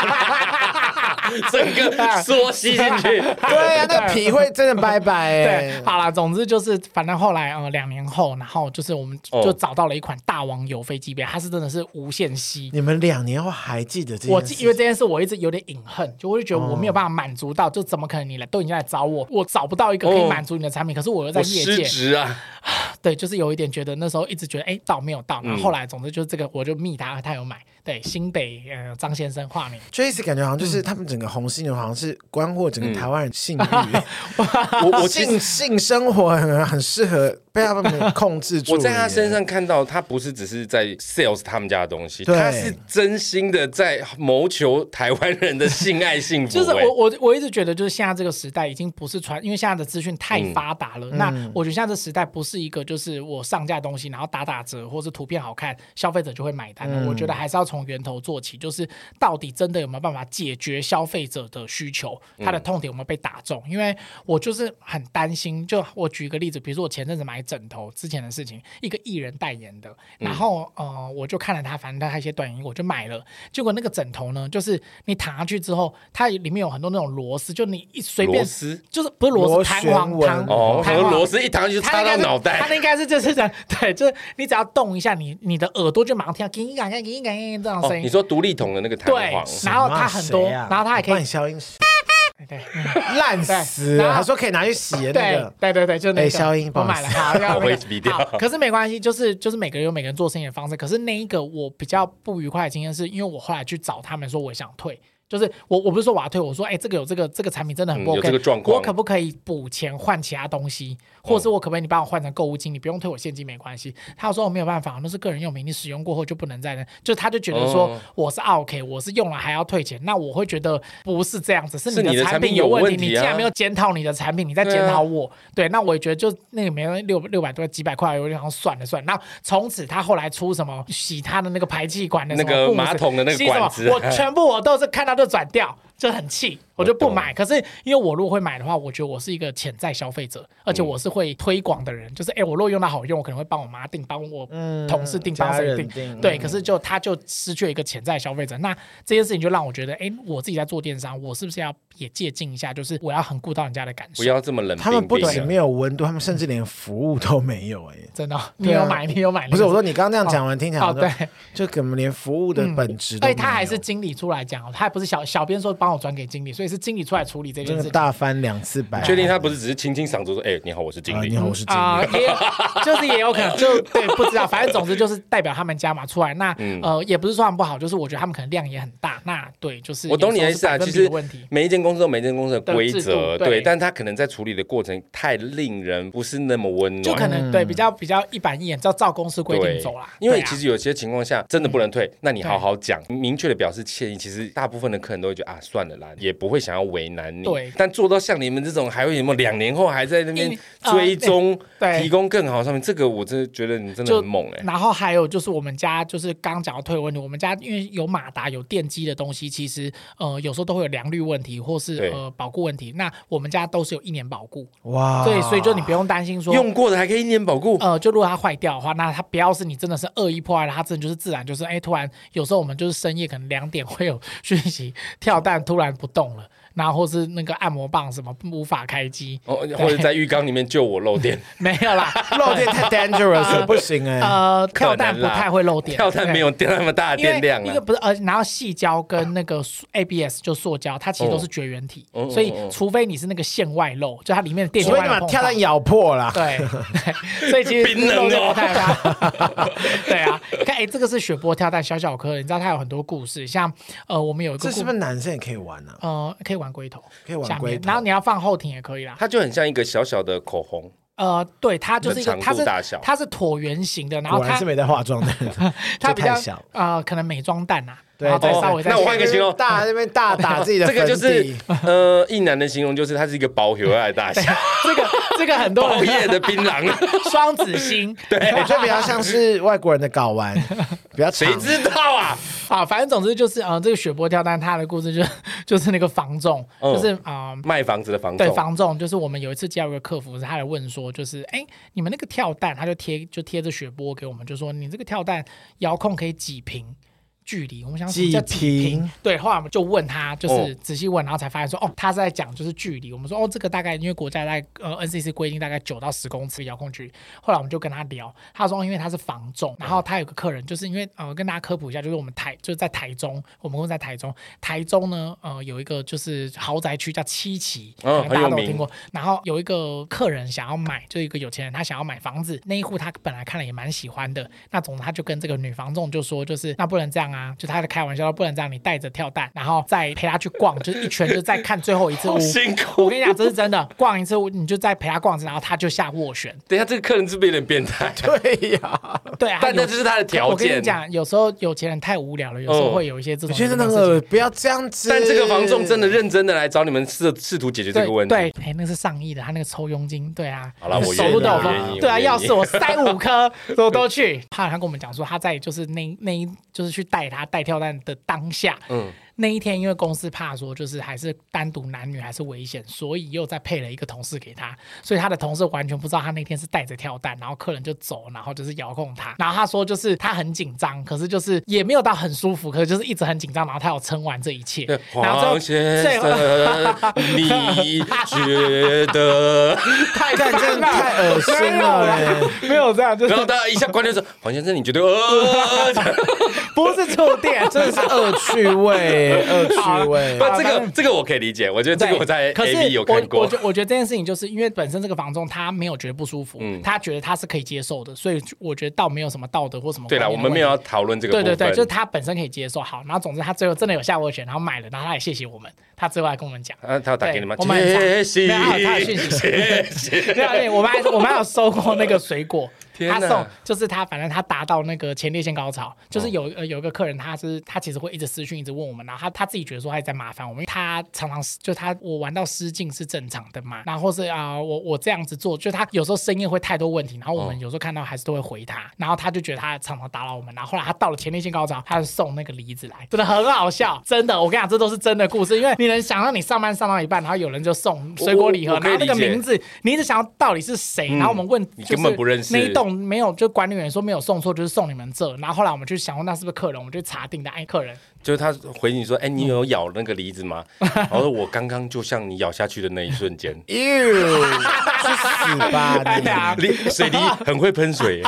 S1: 啊整
S3: 啊
S1: 个缩吸进去。
S2: 对呀，那皮会真的拜拜
S3: 对
S2: 欸。，
S1: 哎
S3: 好啦，总之就是，反正后来呃，两年后，然后就是我们
S1: 哦
S3: 就找到了一款大王油飞机杯，它是真的是无限吸。
S2: 你们两年后还记得这件事？
S3: 我记因为这件事，我一直有点隐恨，就我就觉得我没有办法满足到，就怎么可能你来都已经来找我，我找不到一个可以
S1: 哦
S3: 满足你的产品，可是我又在
S1: 我
S3: 业
S1: 失
S3: 界，
S1: 职啊！
S3: 对，就是有一点觉得那时候一直觉得哎到没有到，然后后来总之就是这个我就密他，他有买，对，新北呃张先生化名，
S2: Trace 感觉好像就是他们整个红犀牛，好像是关乎整个台湾人
S3: [laughs]
S2: 性欲，
S1: 我
S2: [laughs]
S1: 我其实
S2: 性性生活很很适合被他们控制住。
S1: 我在他
S3: 啊
S1: 身，上看到，他不是只是在 sales 他们家的东西，
S2: 对
S1: 他是真心的在谋求台湾人的性爱幸福、
S3: 就是
S1: 哎
S3: 我我我一直觉得，就是现在这个时代已经不是传，因为现在的资讯太
S1: 嗯
S3: 发达了。那我觉得现在这时代不是一个就是我上架东西，然后打打折或是图片好看，消费者就会买单的。我觉得还是要从源头做起，就是到底真的有没有办法解决消费者的需求，他的痛点有没有被打中？因为我就是很担心，就我举一个例子，比如说我前阵子买枕头之前的事情，一个艺人代言的，
S1: 嗯
S3: 然后呃，我就看了他，反正他一些短影音，我就买了。结果那个枕头呢，就是你躺下去之后，它里面有很多那种螺丝，就你一随便
S1: 螺丝，
S3: 就是不是螺
S2: 螺
S3: 丝弹
S2: 旋
S3: 簧
S2: 纹
S3: 弹
S1: 哦，可
S3: 弹
S1: 能
S3: 簧
S1: 螺丝一弹就
S3: 它
S1: 插
S3: 应该
S1: 到
S3: 是
S1: 脑
S3: 它
S1: 袋。
S3: 应该是就是这样，对，就是你只要动一下，你你的耳朵就马上听到叮嘎嘎叮嘎嘎这样的
S1: 哦，
S3: 声
S1: 你
S3: 音。
S1: 说独立桶的那个弹
S3: 对
S1: 簧，，
S3: 然后它很多，
S2: 谁啊
S3: 然后它还可
S2: 我帮
S3: 以
S2: 你消音师
S3: 哎对
S2: [laughs]
S3: 嗯
S2: 烂死
S3: 对然
S2: 了。
S3: 后
S2: 他说可以拿去洗的那
S3: 对
S2: 个，
S3: 对对对，就是那
S2: 哎
S3: 个
S2: 消音不
S3: 我
S2: 好意
S3: 买了，好，要
S1: 我
S3: 那
S1: 会
S3: 个
S1: 逼掉
S3: 好可是没关系，就是就是每个人有每个人做生意的方式。可是那一个我比较不愉快的经验是，因为我后来去找他们说我想退。就是我，我不是说我要退，我说，哎、这个有这个这个产品真的很不
S1: 嗯有
S3: OK，、
S1: 这个状况嗯
S3: 我可不可以补钱换其他东西，或者是我可不可以你帮我换成购物金，你不用退我现金没关系？他说我哦没有办法，那是个人用品，你使用过后就不能再，就他就觉得说
S1: 哦
S3: 我是啊 OK，我是用了还要退钱，那我会觉得不是这样子，是
S1: 是你
S3: 的
S1: 的
S3: 产
S1: 产
S3: 品
S1: 品
S3: 有
S1: 有
S3: 问
S1: 问
S3: 题，
S1: 题
S3: 你竟然
S1: 啊
S3: 没有检讨你的产品，你在
S1: 对
S3: 检
S1: 啊
S3: 讨我。对，那我也觉得就那个没有六六百多几百块，我就想算了算了。那从此他后来出什么洗他的那个排气管的
S1: 那
S3: 什么
S1: 个
S3: 布
S1: 马
S3: 什
S1: 桶的那个
S3: 洗什么
S1: 管子
S3: 我全部我都是看到就转掉，就很气，我就不买。可是因为我如果会买的话，我觉得我是一个潜在消费者，而且
S1: 嗯
S3: 我是会推广的人，就是哎，我如果用到好用，我可能会帮我妈订，帮我
S1: 嗯
S3: 同事订，帮
S2: 家
S3: 谁
S2: 人
S3: 订，
S2: 订
S3: 对。可是就他就失去了一个潜在消费者，那这件事情就让我觉得，哎，我自己在做电商，我是不是要也借鉴一下？就是我要很顾到人家的感受
S1: 不。要这么冷
S2: 他们
S1: 冰
S2: 不
S1: 冰
S2: 仅
S1: 的。
S2: 没有温度，他们甚至连服务都没有。哎，
S3: 真的哦、你
S2: 对啊
S3: 有买，你有买那个？
S2: 不是我说你刚刚那样讲完，听起来
S3: 哦
S2: 好像
S3: 对
S2: 就可能连服务的本质都
S3: 哎，
S2: 没有。
S3: 他还是经理出来讲哦，他还不是小小编说帮我转给经理，所以是经理出来处理这件
S2: 真的
S3: 事情。
S2: 大翻两次白眼。
S1: 确定他不是只是清清嗓子说：“哎、你好，我是经
S2: 啊？
S1: 理。
S2: 你好，我是经理。
S3: 啊、也就是也有可能，就对，不知道，反正总之就是代表他们家嘛出来。那、
S1: 嗯
S3: 呃，也不是说他们不好，就是我觉得他们可能量也很大。那对，就是
S1: 我懂你
S3: 有
S1: 的意
S3: 时
S1: 思啊，
S3: 候是百
S1: 其
S3: 分比
S1: 实
S3: 的问题。
S1: 每一间公司有每一间公司的规
S3: 的制
S1: 则，
S3: 度对
S1: 对，但他可能在处理的过程太令人不是那么温暖，
S3: 就可
S2: 嗯
S3: 能对比较比较一板一眼，照照公司规定走啦。
S1: 因为
S3: 对啊嗯
S1: 其实有些情况下真的不能退，那你好好讲，明确的表示歉意。其实大部分的客人都会觉得啊，算了啦，也不会想要为难你。
S3: 对
S1: 但做到像你们这种，还会有没有两年后还在那边
S3: 因呃
S1: 追踪，
S3: [laughs] 对
S1: 提供更好的商品，这个我真的觉得你真的
S3: 就
S1: 很猛哎、
S3: 然后还有就是我们家就是刚讲到退温问题，我们家因为有马达有电机的东西，其实呃有时候都会有良率问题或是
S1: 对
S3: 呃保固问题。那我们家都是有一年保固，
S2: 哇，
S3: 所以所以就你不用担心说。
S1: 用过的还可以一年保固。
S3: 呃，就如果它坏掉的话，那它不要是你真的是恶意破坏了，它真的就是自然
S1: 嗯
S3: 就是哎，突然有时候我们就是深夜可能两点会有讯息跳蛋突然不动了，然后或是那个按摩棒什么无法开机，
S1: 哦，或者在浴缸里面救我漏电，
S3: 没
S1: [laughs]
S3: 有啦，
S2: 漏电
S3: [laughs]
S2: 太 dangerous
S3: 嗯
S2: 了，不行哎、
S3: 呃，跳蛋
S1: 可
S3: 不
S1: 能啦
S3: 太会漏电，
S1: 跳蛋
S3: [laughs] 对
S1: 没有电那么大的
S3: 因为
S1: 电量啊
S3: 一个
S1: 了。
S3: 不是，呃，然后细胶跟那个塑 ABS 就塑胶，它其实都是绝缘体，
S1: 哦哦
S3: 所以
S1: 哦哦
S3: 除非你是那个线外漏，就它里面的电
S2: 除
S3: 线
S2: 非
S3: 外
S2: 你把
S3: 漏碰
S2: 跳
S3: 到
S2: 蛋咬破啦。
S3: 对，对所以其实
S1: 冰冷哦
S3: 不太大 [laughs] 对啊，你看，哎，这个是雪波跳蛋小小颗的，你知道它有很多故事，像呃，我们有一个
S2: 这
S3: 故
S2: 是不是男生也可以玩啊？
S3: 呃，可以玩龟头，
S2: 可以玩
S3: 下面
S2: 龟头
S3: 然后你要放后庭也可以啦。
S1: 它就很像一个小小的口红，
S3: 呃，对，它就是一个，
S1: 长度
S3: 它是
S1: 大小
S3: 它是椭圆形的，然后
S2: 果然
S3: 它
S2: 是没在化妆的人，
S3: [laughs] 它
S2: 这
S3: 比
S2: 太
S3: 较
S2: 小。
S3: 呃，可能美妆蛋啊，
S2: 对
S3: 然后再
S1: 哦
S3: 稍微再
S1: 那我换一个形容
S2: 大那边大打自己
S1: [laughs]
S2: 的
S1: 这
S2: 粉底，
S1: 个就是呃，一男的形容就是它是一个薄荷爱大小，
S3: [laughs] 这个这个很
S1: [laughs]
S3: 多
S1: 包
S3: 人
S1: 夜的槟榔，
S3: [laughs]
S1: 啊
S3: 双子
S1: [laughs]
S3: 星，哎对 [laughs]
S2: 我觉得比较像是外国人的睾丸，比较长
S1: 谁。知道啊？
S3: 啊，反正总之就是，呃，这个雪波跳蛋它的故事就是就是那个房仲，
S1: 嗯
S3: 就是啊、呃
S1: [laughs] 卖房子的房
S3: 对
S1: 东，
S3: 房仲，就是我们有一次接到一个客服，他来问说，就是哎、你们那个跳蛋，他就贴就贴着雪波给我们，就说你这个跳蛋遥控可以几平距离？我们想什么叫
S2: 几
S3: 几
S2: 平
S3: 平？对，后来我们就问他，就是
S1: 哦
S3: 仔细问，然后才发现说，哦，他是在讲就是距离。我们说，哦，这个大概因为国家大概呃 NCC 规定大概九到十公尺的遥控距离。后来我们就跟他聊，他说因为他是房仲，然后他有个客人，就是因为呃跟大家科普一下，就是我们台就是在台中，我们公司在台中，台中呢呃有一个就是豪宅区叫七期，
S1: 嗯
S3: 可能大家
S1: 很有
S3: 都
S1: 名
S3: 听过。然后有一个客人想要买，就一个有钱人，他想要买房子，那一户他本来看了也蛮喜欢的，那总之他就跟这个女房仲就说，就是那不能这样啊，就他在开玩笑，不能这样，你带着跳蛋，然后再陪他去逛，就是一圈，就再看最后一次屋
S1: 好。辛
S3: 我
S1: 苦
S3: 跟。你讲，这是真的，逛一次屋你就再陪他逛一次，然后他就下斡旋。
S1: 等一下，这个客人是不是有点变态？
S2: [laughs] 对呀，
S3: 对啊，
S1: 但
S3: 有
S1: 那就是他的条件哦
S3: 我跟你讲，有时候有钱人太无聊了，有时候会有一些这
S2: 我
S3: 种
S2: 觉
S3: 这
S2: 得
S3: 种
S2: 那
S3: 事情。
S2: 个不要这样子。
S1: 但这个房仲真的认真的来找你们试试图解决这个问题。
S3: 对，对哎，那是上亿的，他那个抽佣金，对啊。
S1: 好了，我
S3: 手
S1: 愿意，
S3: 入
S1: 我
S3: 都有风
S1: 愿意。
S3: 对啊，
S1: 愿意
S3: 要是我塞五
S1: [laughs]
S3: 颗，我都去。他好像跟我们讲说，他在就是那那一就是去带他带跳蛋的当下，嗯，那一天因为公司怕说就是还是单独男女还是危险，所以又再配了一个同事给他，所以他的同事完全不知道他那天是带着跳蛋，然后客人就走，然后就是遥控他，然后他说就是他很紧张，可是就是也没有到很舒服，可是就是一直很紧张，然后他有撑完这一切
S1: 对，
S3: 然后
S1: 黄
S3: 最
S1: 先
S3: 最后
S1: 生，你觉得？
S3: 太
S2: 干这
S3: 棒了
S2: 太恶心
S3: 没有
S2: 了哎
S3: 啦
S2: 嘞，
S3: 没有这样，就是
S1: 然后大家一下关键说，黄先生，你觉得？
S3: [laughs]
S1: 呃，
S3: 不是触电，
S2: 真的是恶趣味，恶趣
S3: [laughs]
S2: 味。
S3: 啊
S1: 不，这个这个我可以理解，我觉得这个我在
S3: 可
S1: A
S3: 是
S1: V 有看
S3: 我我
S1: 过
S3: 觉。我觉得这件事情，就是因为本身这个房仲他没有觉得不舒服，
S1: 嗯
S3: 他觉得他是可以接受的，所以我觉得倒没有什么道德或什么
S1: 对了，
S3: 观念的
S1: 我
S3: 问题。
S1: 们没有要讨论这个部
S3: 对
S1: 分。
S3: 对对，就是他本身可以接受好，然后总之他最后真的有下斡旋，然后买了，然后他也谢谢我们，他最后还跟我们讲，
S1: 啊，他有打给你吗？
S3: 对我们很常
S1: 谢谢，
S3: 没有他有他有讯息
S1: 谢谢。
S3: [laughs] 对啊，对，我们还我们还有收过那个水果，
S1: [laughs] 天
S3: 他
S1: 哪
S3: 送就是他，反正他达到那个前列腺高潮，就是有、呃有一个客人，他是他其实会一直私讯，一直问我们，然后他他自己觉得说他也在麻烦我们，因为他常常就他我玩到失禁是正常的嘛，然后或是啊、我我这样子做，就他有时候深夜会太多问题，然后我们
S1: 哦
S3: 有时候看到还是都会回他，然后他就觉得他常常打扰我们，然后后来他到了前列腺高潮，他就送那个梨子来，真的很好笑，真的，我跟你讲这都是真的故事，因为你能想象你上班上到一半，然后有人就送水果礼盒，
S1: 我我可以
S3: 然后那个
S1: 理解
S3: 名字你一直想要到底是谁，然后我们问，
S1: 嗯你
S3: 就是
S1: 根本不认识
S3: 那一栋没有，就管理员说没有送错，就是送你们这。然后后来我们就想说那是不是客人，我们就查定的哎客人， [laughs]
S1: 就是他回你说，哎，你有咬那个梨子吗？
S3: 嗯
S1: 然后说我刚刚就像你咬下去的那一瞬
S3: [laughs]
S1: 间，
S2: 呦，去死吧
S3: 哎
S2: 你！
S3: 呀，
S1: 梨水梨很会喷水，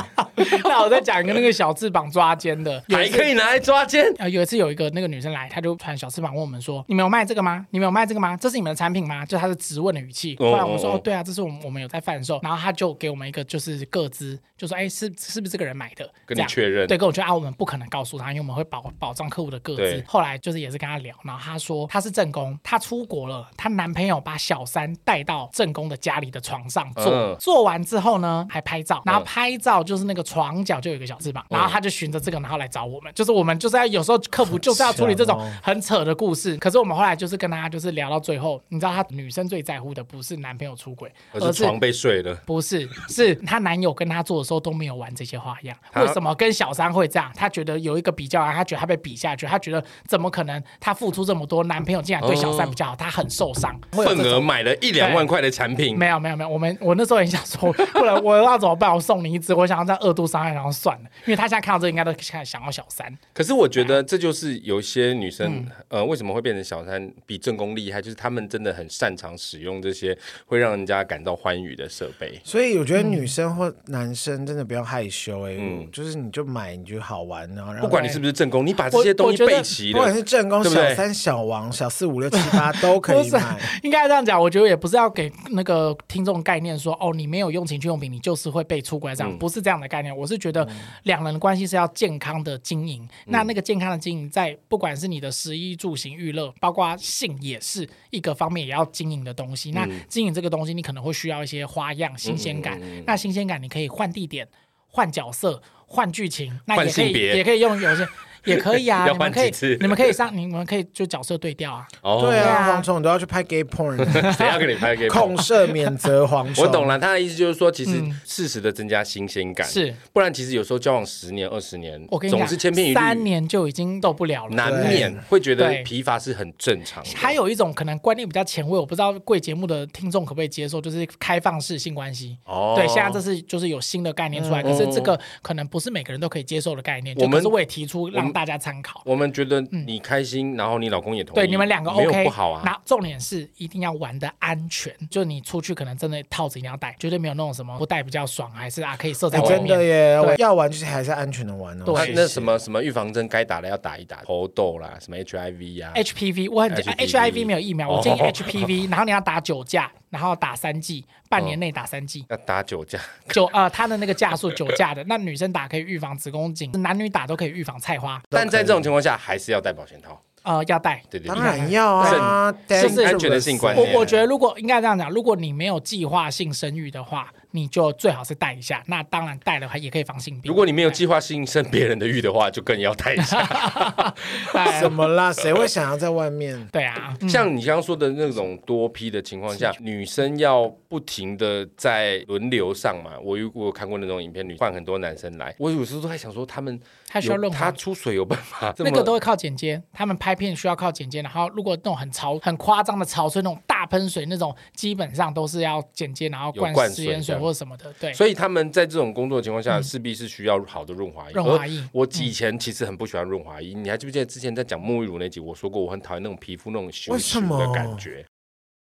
S3: 那我再讲一个那个小翅膀抓奸的， [laughs] 有
S1: 还
S3: 一次
S1: 可以拿来抓奸。
S3: 呃，有一次有一个那个女生来，她就传小翅膀问我们说：“你们有卖这个吗？你们有卖这个吗？这是你们的产品吗？”就她是质问的语气。
S1: 哦
S3: 后来我们说：“
S1: 哦
S3: 哦
S1: 哦，
S3: 对啊，这是我们我们有在贩售。”然后她就给我们一个就是个资，就说：“哎，是是不是这个人买的？”
S1: 跟
S3: 这
S1: 你
S3: 样
S1: 确认
S3: 对，跟我确认啊，我们不可能告诉她，因为我们会保保障客户的个资
S1: 对。
S3: 后来就是也是跟她聊，然后她说她是正宫，她出国了，她男朋友把小三带到正宫的家里的床上坐，
S1: 嗯
S3: 做完之后呢还拍照，然后
S1: 嗯
S3: 拍照就是那个床角就有一个小翅膀，然后她就循着这个然后来找我们，就是我们就是要有时候客服就是要处理这种
S1: 哦
S2: 好强
S3: 很扯的故事。可是我们后来就是跟她就是聊到最后，你知道她女生最在乎的不是男朋友出轨，
S1: 我
S3: 而
S1: 是
S3: 是
S1: 床被睡了。
S3: 不是，是她男友跟她做的时候都没有玩这些花样。
S1: 她
S3: 为什么跟小三会这样？她觉得有一个比较啊，她觉得她被比下去，她觉得得怎么可能她付出这么多，男朋友竟然对小
S1: 哦
S3: 三比较好，她很受伤。会有
S1: 份
S3: 这种
S1: 额买了一两万块的产品，
S3: 没有没有没有，我们我那时候也想说，不然我要怎么办？我送你一只，我想要这样二度伤害，然后算了，因为他现在看到这个应该都想想要小三，
S1: 可是我觉得这就是有些女生，
S3: 嗯
S1: 呃，为什么会变成小三比正宫厉害？就是她们真的很擅长使用这些会让人家感到欢愉的设备。
S2: 所以我觉得女生或男生真的不要害羞哎、就是你就买，你就好玩然后让
S1: 嗯不管你是不是正宫，你把这些东西
S3: 我我觉得
S1: 备齐
S2: 不管
S1: 了，
S2: 是正宫、
S1: 对不对
S2: 小三、小王、小四、五六七
S3: [laughs]
S2: 八都可以
S3: 不是
S2: 买。
S3: [laughs] 应该这样讲。我觉得也不是要给那个听众概念说，哦，你没有用情趣用品，你就是会被出轨这样，
S1: 嗯
S3: 不是这样的概念。我是觉得两人的关系是要健康的经营，
S1: 嗯
S3: 那那个健康的经营在不管是你的食衣住行娱乐，包括性也是一个方面也要经营的东
S1: 嗯
S3: 西。那经营这个东西，你可能会需要一些花样、新鲜
S1: 嗯
S3: 感。那新鲜感你可以换地点、换角色、换剧情，那
S1: 换
S3: 也可
S1: 性
S3: 以
S1: 别
S3: 也可以用有些。也可
S1: [laughs]
S3: 以啊，
S1: 要换
S3: 你们可
S1: 几
S3: 以
S1: 次，
S3: 你们可以上，你们可以就角色对调啊。
S1: 哦
S2: 对
S3: 对
S2: 啊，
S3: 啊
S2: 蝗虫你都要去拍 gay porn，
S1: 谁要给你 [laughs] 拍给
S2: 控射免责蝗
S1: [laughs]
S2: 虫。
S1: 我懂了，他的意思就是说，其实适时的增加新鲜感，
S3: 嗯是
S1: 不然其实有时候交往十年、二十年，
S3: 我跟你
S1: 总
S3: 讲，
S1: 是千篇一律，
S3: 三年就已经受不了了。
S1: 难免会觉得
S3: 对
S1: 疲乏是很正常的。
S3: 还有一种可能观念比较前卫，我不知道贵节目的听众可不可以接受，就是开放式性关系。
S1: 哦
S3: 对，现在这是就是有新的概念出来，可是这个可能不是每个人都可以接受的概念，
S1: 我
S3: 就
S1: 们
S3: 可是我也提出
S1: 我
S3: 让
S1: 们
S3: 大家参考。
S1: 我们觉得你开心，然后你老公也同意，
S3: 嗯对，你们两个
S1: 没有
S3: OK，
S1: 不好啊。
S3: 那重点是一定要玩的安全，就你出去可能真的套子一定要戴，绝对没有那种什么不戴比较爽，还是啊可以射在
S2: 哎
S3: 外
S2: 真的
S3: 面。
S2: 耶，
S3: 对
S2: 我要玩就是还是安全的玩哦。
S3: 对
S1: 那
S3: 是
S1: 那什么什么预防针该打的要打一打，猴痘啦，什么 HIV 呀、
S3: HPV，我很
S1: HPV
S3: HIV 没有疫苗，我建议
S1: 哦 [laughs]
S3: HPV，然后你要打九价，然后打三剂，半年内打三剂。
S1: 要打酒驾，
S3: 九呃，它的那个价数九价的，那女生打可以预防子宫颈，男女打都可以预防菜花。
S1: 但在这种情况下还是要戴保险套。
S3: 呃，要戴。
S1: 对对
S2: 当
S1: 对，
S2: 然要啊，
S3: 是
S2: 但
S1: 安全的性观念
S3: 我我觉得如果应该这样讲，如果你没有计划性生育的话，你就最好是戴一下。那当然戴了还也可以防性病。
S1: 如果你没有
S3: [laughs]
S1: 计划性生别人的欲的话，就更要戴一下。 [laughs]
S3: 戴
S2: 什么啦？谁会想要在外面？
S3: 啊对啊，
S1: 像你刚刚说的那种多批的情况下，女生要不停的在轮流上嘛。我有我有看过那种影片，女换很多男生来，我有时候都还想说他们
S3: 还需要
S1: 有
S3: 润
S1: 他
S3: 滑。
S1: 出水有办法这么
S3: 那个都会靠剪接，他们拍片需要靠剪接，然后如果那种很潮、很夸张的潮吹，那种大喷水那种，基本上都是要剪接，然后
S1: 有灌
S3: 灌食
S1: 水
S3: 盐
S1: 这
S3: 水
S1: 样
S3: 或什么的。对，
S1: 所以他们在这种工作的情况下，势必是需要好的润滑液。
S3: 嗯润滑液嗯
S1: 而我以前其实很不喜欢润滑液，你还记不记得之前在讲沐浴乳那集，我说过我很讨厌那种皮肤那种羞
S2: 为什
S1: 耻
S2: 么
S1: 的感觉。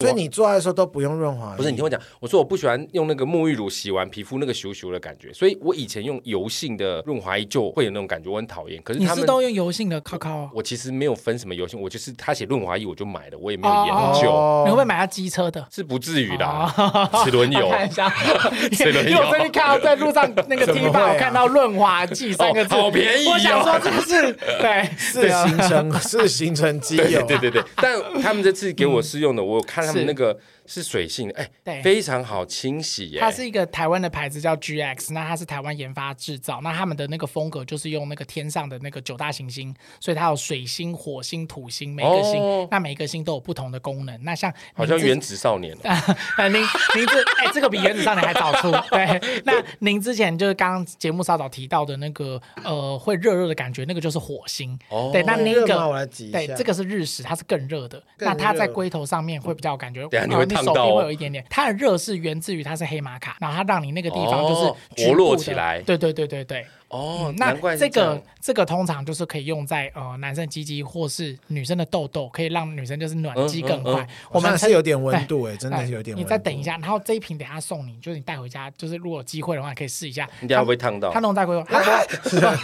S2: 所以你做爱的时候都不用润滑液。
S1: 不是你听我讲，我说我不喜欢用那个沐浴乳洗完皮肤那个咻咻的感觉，所以我以前用油性的润滑液就会有那种感觉，我很讨厌。可是
S3: 你
S1: 他
S3: 是
S1: 们
S3: 都用油性的靠靠、哦，
S1: 我其实没有分什么油性，我就是他写润滑液我就买了，我也没有
S3: 哦
S1: 研
S3: 哦
S1: 究，
S2: 哦
S3: 你会不会买到机车的？
S1: 是不至于的、
S3: 哦
S1: [laughs] 齿轮
S3: [laughs]
S1: 油
S3: 看一下，
S1: 齿轮油
S3: 因为我最近看到在路上那个
S2: 怎么
S3: T
S2: 会
S3: 吧，
S2: 啊
S3: 我看到润滑剂三个字，
S1: 好便宜哦
S3: 我想说这是对啊
S2: 是
S3: 是
S2: 形成 [laughs] 是形成基友，
S1: 对对对，但他们这次给我试用的，我有看他们那个是水性的，哎，
S3: 嗯对
S1: 非常好清洗耶。
S3: 它是一个台湾的牌子叫 GX，那它是台湾研发制造，那他们的那个风格就是用那个天上的那个九大行星，所以它有水星、火星、土星，每一个星，
S1: 哦
S3: 那每一个星都有不同的功能。那像
S1: 好像
S3: 名字
S1: 原子少年哦，
S3: 啊， [laughs] 呃您您这哎、这个比原子少年还早出。对，那您之前就是刚刚节目稍早提到的那个呃，会热热的感觉，那个就是火星。
S1: 哦
S3: 对，那那
S2: 会热吗我
S3: 个
S2: 来挤一
S3: 对，
S2: 下
S3: 这个是日食，它是更热的。
S2: 更
S3: 那它在
S2: 热
S3: 龟头上面会比较有感觉，
S1: 等一下你
S3: 呃
S1: 会
S3: 你
S1: 烫
S3: 手
S1: 到
S3: 臂
S1: 哦
S3: 会有一点点。它的热是源自于它是黑玛卡，然后它让你那个地方就是
S1: 哦
S3: 局部
S1: 活络
S3: 的
S1: 起来
S3: 对对对对对。
S1: 哦
S3: 嗯，那
S1: 难怪是
S3: 这
S1: 样
S3: 个这个通常就是可以用在呃男生的鸡鸡或是女生的痘痘，可以让女生就是暖
S1: 嗯
S3: 机
S1: 嗯
S3: 更
S1: 嗯
S3: 快。
S2: 我
S3: 我
S2: 们
S3: 们
S2: 是有点温度哎，真的
S3: 哎
S2: 是有点温
S3: 你
S2: 度。
S3: 再等一下，然后这一瓶等一下送你，就是你带回家，就是如果有机会的话，你可以试一下。
S1: 你等一下会不会烫到
S3: 他？弄在龟头，他说
S2: 哎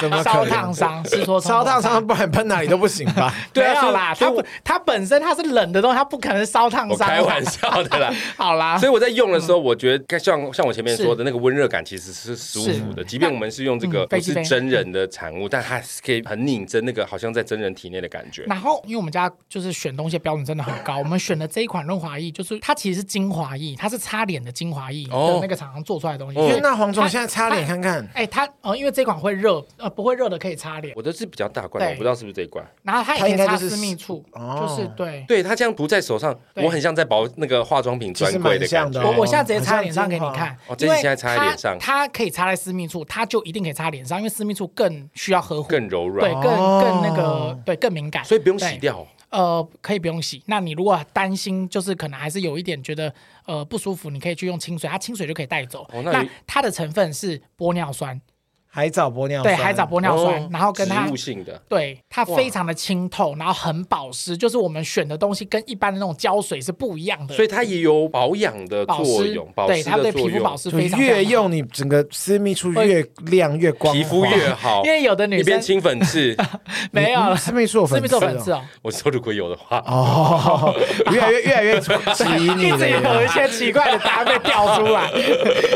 S2: 怎么可
S3: 烧
S2: 能
S3: 烫伤？是说
S2: 烧烫伤，？不然喷哪里都不行吧？
S3: [laughs] 对
S1: 对啊
S3: 啊
S1: 所以
S3: 啦，
S1: 所以
S3: 它
S1: 我
S3: 不，它本身它是冷的东西，它不可能烧烫
S1: 我
S3: 伤。啊
S1: 开玩，笑的啦。
S3: 好啦
S1: 所，以我在用的
S3: 嗯
S1: 时候，我觉得像像我前面说的那个温热感其实是舒服的，即便我们是用这个
S3: 嗯
S1: 不
S3: 飞
S1: 是
S3: 机杯
S1: 真人的产物，但它是可以很拧真那个好像在真人体内的感觉。
S3: 然后因为我们家就是选东西的标准真的很高，我们选的这一款润滑液，就是它其实是精华液，它是擦脸的精华液
S1: 哦
S3: 的那个厂商做出来的东
S1: 嗯
S3: 西。所以
S2: 天呐，黄总，现在擦脸看看，
S3: 哎，它呃，因为这款会热，呃，不会热的可以擦脸，
S1: 我的是比较大罐的，
S3: 对
S1: 我不知道是不是这一罐。
S3: 然后它
S2: 它
S3: 也
S2: 应
S3: 可
S2: 该
S3: 以擦
S2: 就是
S3: 私密处，
S2: 哦
S3: 就是对。
S1: 对它这样涂在手上，
S3: 对
S1: 我很像在保那个化妆品专柜
S2: 其
S1: 的
S2: 实蛮
S1: 感
S2: 像的
S1: 觉。
S2: 哦
S3: 我我现在直接擦在脸上给你
S2: 很像
S3: 看
S1: 哦，这
S3: 因
S1: 是
S3: 为
S1: 现在擦在脸上
S3: 它它可以擦在私密处，它它就一定可以擦脸上，因为私密处更需要呵护，
S1: 更柔软
S3: 对，，更更那个
S2: 哦，
S3: 对，更敏感，
S1: 所以不用
S3: 对
S1: 洗掉哦。
S3: 呃，可以不用洗。那你如果担心，就是可能还是有一点觉得呃不舒服，你可以去用清水，它清水就可以带走。
S1: 哦那
S3: 那
S1: 你
S3: 它的成分是玻尿酸，
S2: 海藻玻尿
S3: 对，
S2: 酸，
S3: 海藻玻尿酸，
S1: 哦
S3: 然后跟它
S1: 植物性的，
S3: 对它
S2: 哇
S3: 非常的清透，然后很保湿，就是我们选的东西跟一般的那种胶水是不一样的。
S1: 所以它也有保养的
S3: 保
S1: 作
S3: 湿
S1: 用，保
S3: 对
S1: 湿
S3: 它
S1: 的
S3: 对
S1: 作
S3: 皮肤保
S1: 用，
S3: 湿
S2: 就
S3: 非常
S2: 越
S3: 非常好，
S2: 用你整个私密处越亮越光滑，
S1: 皮肤越好
S3: 因。为有的
S1: 哦一
S3: 女
S1: 边嗯
S3: 生
S1: 清粉刺，
S3: [laughs] 没有了，
S2: 私密处有
S3: 是
S2: 粉
S3: 不
S2: 刺
S3: 是
S2: 哦
S3: 粉刺哦？
S1: 我说如果有的话，
S2: [laughs]
S1: [laughs]
S2: 哦，越来越越来越质疑你
S3: 一直 [laughs] 有一
S2: 了。
S3: 些奇怪的答案被调出
S1: [laughs]
S3: 来。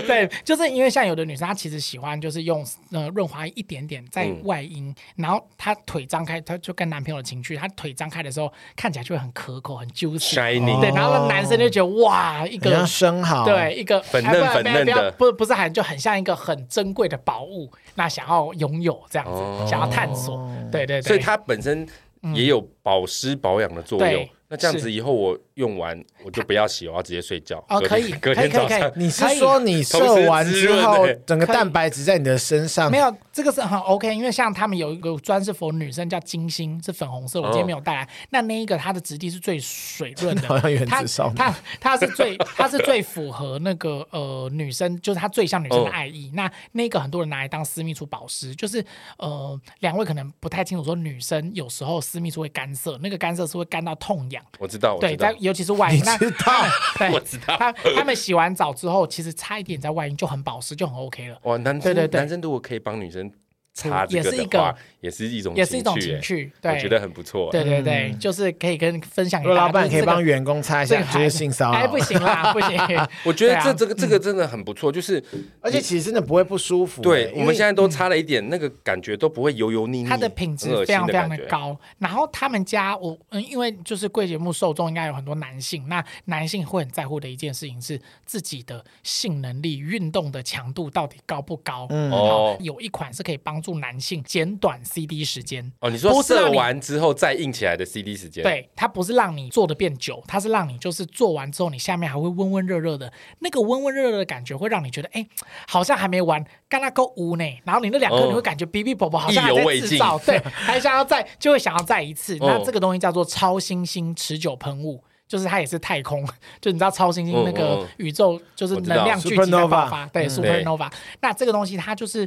S3: 对，就是因为像有的女生，她其实喜欢就是用呃润滑液一点点在外阴，然后她腿张开，她就跟男朋友的情趣，她腿张开的时候看起来就会很可口、很 juicy。
S1: shining，、
S3: 对，然后男生就觉得哇，一
S2: 很像
S3: 个。
S2: 生蚝，
S3: 对，，一个
S1: 哦粉
S3: 哎
S1: 嫩
S3: 不
S1: 粉
S3: 不要
S1: 嫩
S3: 不要
S1: 的
S3: 不不是很就很像一个很珍贵的宝物，那想要拥有这样子，
S1: 哦
S3: 想要探索，对对对，
S1: 所以它本身也有保湿保养的作用。
S3: 对
S1: 那这样子以后我用完我就不要洗，我要直接睡觉。
S3: 哦
S1: 隔
S3: 可
S1: 天
S3: 以
S1: [laughs] 隔天
S3: 可以可
S1: 早
S3: 以可以
S1: 上
S2: 你是说你射完之
S1: 可以同
S2: 后
S1: 时滋润欸，
S2: 整个蛋白质在你的身上？
S3: [laughs] 没，有，这个是很 OK，因为像他们有一个专是否女生叫金星，是粉红色，我今天没有带来。那那一个它的质地是最水润的，
S2: 哦好像原
S3: 它
S2: 子少女。
S3: 它它是最它是最符合那个呃女生，就是它最像女生
S2: 哦
S3: 的爱意。那那个很多人拿来当私密处保湿，就是呃两位可能不太清楚，说女生有时候私密处会干涩，那个干涩是会干到痛痒。
S2: 哦
S1: 我知道，我
S3: 对，
S1: 知道
S3: 在。尤其是外阴，
S2: 你
S3: 那
S2: 知道
S3: 对，
S1: 我知道
S3: 他他们洗完澡之后，其实擦一点在外阴就很保湿，就很 OK 了。
S1: 哇，男生
S3: 对对对
S1: 男生如果可以帮女生擦这
S3: 也
S1: 个
S3: 是一
S1: 的话
S3: 个，
S1: 也是一种
S3: 也是一种
S1: 情
S3: 情
S1: 欸
S3: 趣，对，
S1: 我觉得很不错欸。
S3: 对对对，就是可以跟分享
S2: 如
S3: 给
S2: 果
S3: 大家。
S2: 老板可以帮
S3: 原
S2: 员工擦一下，就是性骚
S3: 哎，
S2: 扰
S3: 不。行
S1: [laughs]
S3: 啦，不行。
S1: 我觉得
S3: 对啊
S1: 这这个这个真的很不错，就是
S2: 而且其实真的不会不舒服。
S1: 对
S2: 欸
S1: 我们现在都擦了一点，那个感觉都不会油油腻腻，
S3: 它的品质
S1: 很恶
S3: 非
S1: 心
S3: 常非常
S1: 感
S3: 的
S1: 觉。
S3: 高。然后他们家我嗯，因为就是贵节目受众应该有很多男性，那男性会很在乎的一件事情是自己的性能力、运动的强度到底高不高。嗯
S1: 哦
S3: 有一款是可以帮助男性减短 CD 时间。
S1: 哦，你说
S3: 不是
S1: 射
S3: 让你
S1: 完之后再硬起来的 CD 时间，，
S3: 对，它不是让你做的变久，它是让你就是做完之后，你下面还会温温热热的，那个温温热热的感觉会让你觉得，哎、好像还没完，干那够污呢。然后你那两颗
S1: 哦
S3: 你会感觉哔哔啵啵，好像
S1: 意
S3: 还
S1: 犹
S3: 在
S1: 未
S3: 制
S1: 尽
S3: 造，对，还想要再就会想要再一次。那
S1: 哦
S3: 这个东西叫做超新星持久喷雾。就是它也是太空， [laughs] 就你知道超新星那
S1: 嗯嗯
S3: 个
S1: 嗯
S3: 宇宙，就是
S1: 我知
S3: 能
S1: 道嗯
S3: 量聚集在爆
S2: supernova
S3: 发，对 supernova。那这个东西它就是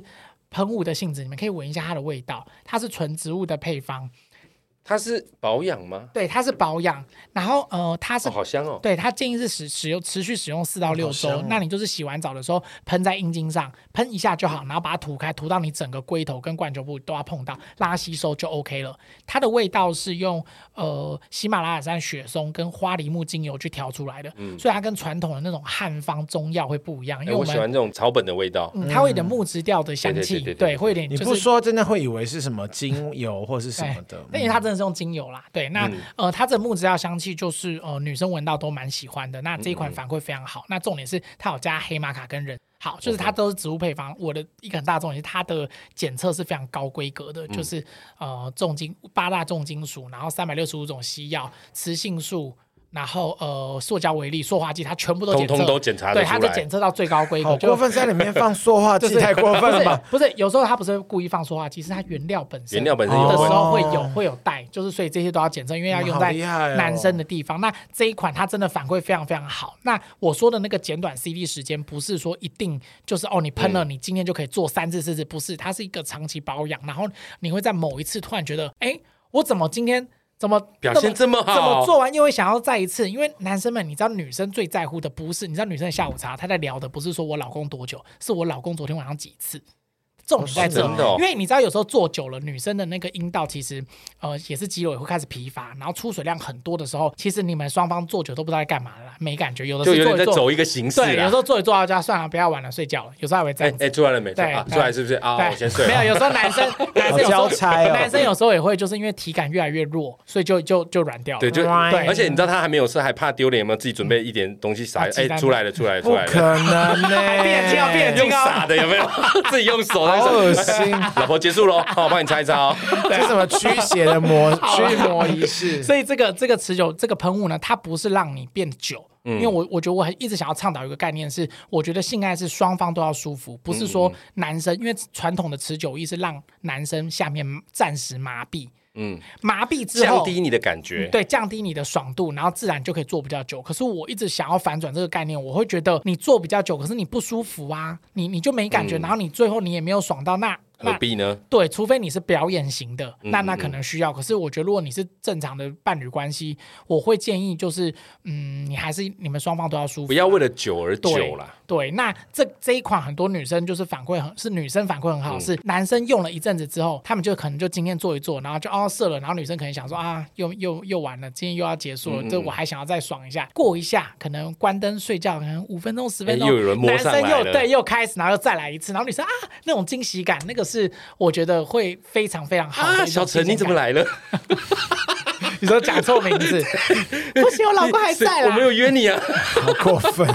S3: 喷雾的性质，你们可以闻一下它的味道，它是纯植物的配方，
S1: 它是保养吗？
S3: 对，它是保养，然后呃，它是、
S1: 哦，好香哦，
S3: 对它建议是使使用持续使用四到六周，
S2: 好香哦
S3: 那你就是洗完澡的时候喷在阴茎上，喷一下就好，然后把它涂开，涂到你整个龟头跟冠球部都要碰到，让它吸收就 OK 了。它的味道是用呃喜马拉雅山雪松跟花梨木精油去调出来的，所以它跟传统的那种汉方中药会不一样，因
S1: 嗯哎，
S3: 为我
S1: 我喜
S3: 们、
S1: 欢这种草本的味道。
S3: 嗯、它会有点木质调的香
S1: 对对
S3: 气，
S1: 对对对对
S3: 会有点、就
S2: 你
S3: 是、
S2: 不说，真的会以为是什么精油或是什么的。
S3: 那因为它真的是用精油啦，对，那、
S1: 嗯
S3: 呃，它这木质料香气就是呃女生闻到都蛮喜欢的，那这一
S1: 嗯
S3: 款反馈非常好。那重点是它有加黑玛卡跟人。好，就是它都是植物配方。我的一个很大重点是它的检测是非常高规格的，
S1: 嗯
S3: 就是呃重金八大重金属，然后三百六十五种西药、雌性素，然后呃塑胶微粒、塑化剂，它全部都检测，
S1: 通通都检查得
S3: 对，
S1: 出
S3: 它就
S1: 来
S3: 检测到最高规
S2: 嗯
S3: 格。
S2: 好
S3: 就
S2: 过分，在里面放塑化
S3: [laughs]
S2: 剂太过分了吧？
S3: 不是，有时候它不是故意放塑化剂，是它原料本身。
S1: 原料本身有
S3: 的
S1: 问
S3: 时
S1: 题，
S3: 候会有
S2: 哦
S3: 会有带，就是所以这些都要检测，因为要
S2: 哇
S3: 用
S2: 好
S3: 在
S2: 厉害哦
S3: 男生的地方。那这一款它真的反馈非常非常好。那我说的那个减短 CD 时间，不是说一定就是哦，你喷
S1: 嗯
S3: 了、你今天就可以做三次四次，不是，它是一个长期保养，然后你会在某一次突然觉得，哎，我怎么今天怎么
S1: 表
S3: 那么
S1: 现这么好
S3: 怎么做完又会想要再一次？因为男生们，你知道女生最在乎的不是，你知道女生的下午茶，她在聊的不是说我老公多久，是我老公昨天晚上几次。重点在这，
S1: 哦真的哦
S3: 因为你知道有时候坐久了，女生的那个阴道其实呃也是肌肉也会开始疲乏，然后出水量很多的时候，其实你们双方坐久都不知道在干嘛了啦，没感觉，有的
S1: 就有
S3: 是
S1: 点
S3: 坐
S1: 在
S3: 一
S1: 走
S3: 坐，
S1: 一个形式
S2: 啊
S3: 对，有时
S1: 啦。
S3: 候坐一坐到家算了，不要玩了，睡觉了，有时候还会这
S1: 哎
S3: 样子。
S1: 哎，出来了没？
S3: 对
S1: 啊
S3: 对
S1: 出来是不是啊？我先睡
S3: 没
S1: 了。
S3: 有，有时候男生 [laughs] 男生有
S2: 哎
S3: 时
S2: 好
S3: 候
S2: 交差哦
S3: 男生有时候也会就是因为体感越来越弱，所以就就就软掉了。
S1: 对，就
S2: 对
S1: 而且你知道他还没有事，还怕丢脸，有没有自己准备一点东西撒？
S3: 嗯
S1: 哎，出来了，出来了，
S2: 不
S1: 出来
S2: 可
S1: 了，
S2: 能欸呢、
S3: [laughs] 变形要变形
S1: 用
S3: 啊
S1: 撒的有没有？自己用手在
S2: 好恶
S1: 手。
S2: 心！
S1: [laughs] 老婆结束喽，好，我帮你擦一擦哦。
S2: 这什么驱邪的魔驱魔仪式？
S3: [laughs] 所以这个这个持久这个喷雾呢，它不是让你变久，因为我我觉得我很一直想要倡导一个概念是，我觉得性爱是双方都要舒服，不是说男生，因为传统的持久衣是让男生下面暂时麻痹，
S1: 嗯，
S3: 麻痹 [laughs] 之
S1: 降
S3: 后。嗯
S1: 低你的感觉，
S3: 对，降低你的爽度，然后自然就可以做比较久。可是我一直想要反转这个概念，我会觉得你做比较久，可是你不舒服啊，你你就没感觉，然后你最后你也没有爽到，那
S1: 何
S3: 那
S1: 必呢？
S3: 对，除非你是表演型的，那那可能需要。可是我觉得，如果你是正常的伴侣关系，我会建议就是，嗯，你还是你们双方都要舒
S1: 不
S3: 服。
S1: 要为了久而
S3: 对
S1: 久啦。
S3: 对，那这这一款很多女生就是反馈很是女生反馈
S1: 嗯
S3: 很好，是男生用了一阵子之后，他们就可能就今天做一做，然后就哦射了，然后女生可能想说啊又又又完了，今天又要结
S1: 嗯
S3: 束了，这我还想要再爽一下，过一下，可能关灯睡觉，可能五分钟十分钟，
S1: 哎又有人摸
S3: 男
S1: 上
S3: 生
S1: 来
S3: 又
S1: 了
S3: 对又开始，然后又再来一次，然后女生啊那种惊喜感，那个是我觉得会非常非常好的一
S1: 啊，
S3: 种
S1: 小
S3: 新
S1: 陈
S3: 鲜
S1: 你怎么
S3: 感？
S1: 来了？
S3: 你说讲错
S1: [laughs]
S3: 名字，不行，我老公还在
S1: 我没
S3: 啦。
S1: 有约你啊。
S2: 好过分！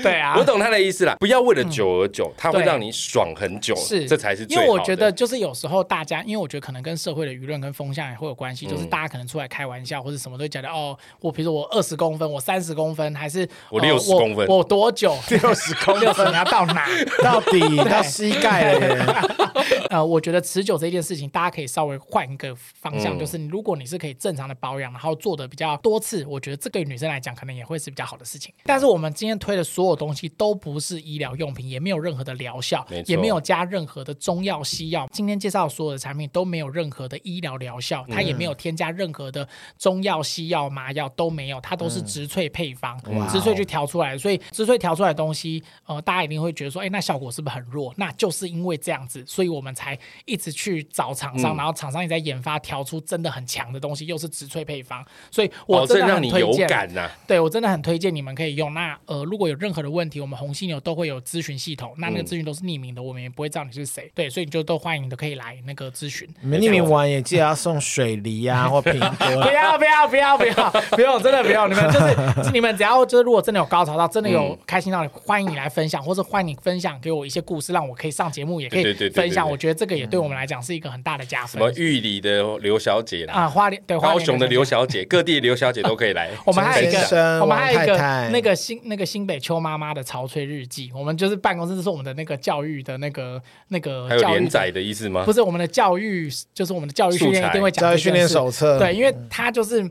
S3: 对啊，
S1: 我懂他的意思啦，不要为了久而久，它会
S3: 对
S1: 让你爽很久，
S3: 是，
S1: 这才是最
S3: 因
S1: 好的。
S3: 为我觉得就是有时候大家，因为我觉得可能跟社会的舆论跟风向也会有关系，
S1: 嗯
S3: 就是大家可能出来开玩笑或者什么都讲的哦，我比如说我二十公分，我三十公分，还是
S1: 我
S3: 呃
S1: 60公分
S3: 我多
S1: [laughs]
S3: 久
S2: 六十公
S3: 六十
S2: 分
S3: 你要到哪？
S2: 到底到膝盖了耶！
S3: 呃，我觉得持久这件事情，大家可以稍微换一个方
S1: 嗯
S3: 向，就是如果你是可以正常的保养，然后做的比较多次，我觉得这个女生来讲，可能也会是比较好的事情。但是我们今天推的所有东西都不是医疗用品，也没有任何的疗效
S1: 没，错
S3: 也没有加任何的中药、西药。今天介绍的所有的产品都没有任何的医疗疗效，
S1: 嗯
S3: 它也没有添加任何的中药、西药、麻药都没有，它都
S1: 嗯
S3: 是植萃配方，
S2: 哇哦
S3: 植萃去调出来的，所以植萃调出来的东西，呃，大家一定会觉得说，哎、那效果是不是很弱？那就是因为这样子，所以我们才一直去找厂
S1: 嗯
S3: 商，然后厂商也在研发调出真的很强的东西，又是植萃配方，所以我
S1: 保
S3: 真
S1: 证
S3: 的
S1: 哦让
S3: 很
S1: 你
S3: 推
S1: 有
S3: 荐。
S1: 感啊呐、
S3: 对我真的很推荐你们可以用。那呃，如果有任何的问题，我们红犀牛都会有咨询系统，那
S1: 嗯
S3: 那个咨询都是匿名的，我们也不会知道你是谁。对，所以你就都欢迎都可以来那个咨
S1: [laughs]
S3: 询。
S2: 你们匿名完也记得要送水梨啊或苹 [laughs]
S3: 不
S2: 果。
S3: 要不要不要不要，不用真的不用，你们就是你们只要就是如果真的有高潮到，真的
S1: 嗯
S3: 有开心到你，欢迎你来分享，或是欢迎你分享给我一些故事，让我可以上节目也可
S1: 对
S3: 以
S1: 对对对对
S3: 分享。
S1: 对嗯
S3: 我觉得这个也对我们来讲是一个很大的加
S1: 什
S3: 分
S1: 么玉里的刘小姐啦，
S3: 啊，花莲对花莲
S1: 高雄的刘小姐，各地的刘小姐都可以来。
S3: [laughs] 我们还有一
S2: 陈先
S3: 个，
S2: 生
S3: 我们还有一个
S2: 王太太
S3: 那个新那个新北邱妈妈的潮吹日记，我们就是办公室，这是我们的那个教育的那个那个
S1: 还有
S3: 教育的
S1: 连载的意思吗
S3: 不？是我们的教育，就是我们的教育训
S1: 素
S3: 练
S1: 材
S3: 一定会讲
S2: 教育
S3: 这件
S2: 训练
S3: 事
S2: 手册
S3: 对，因为他就是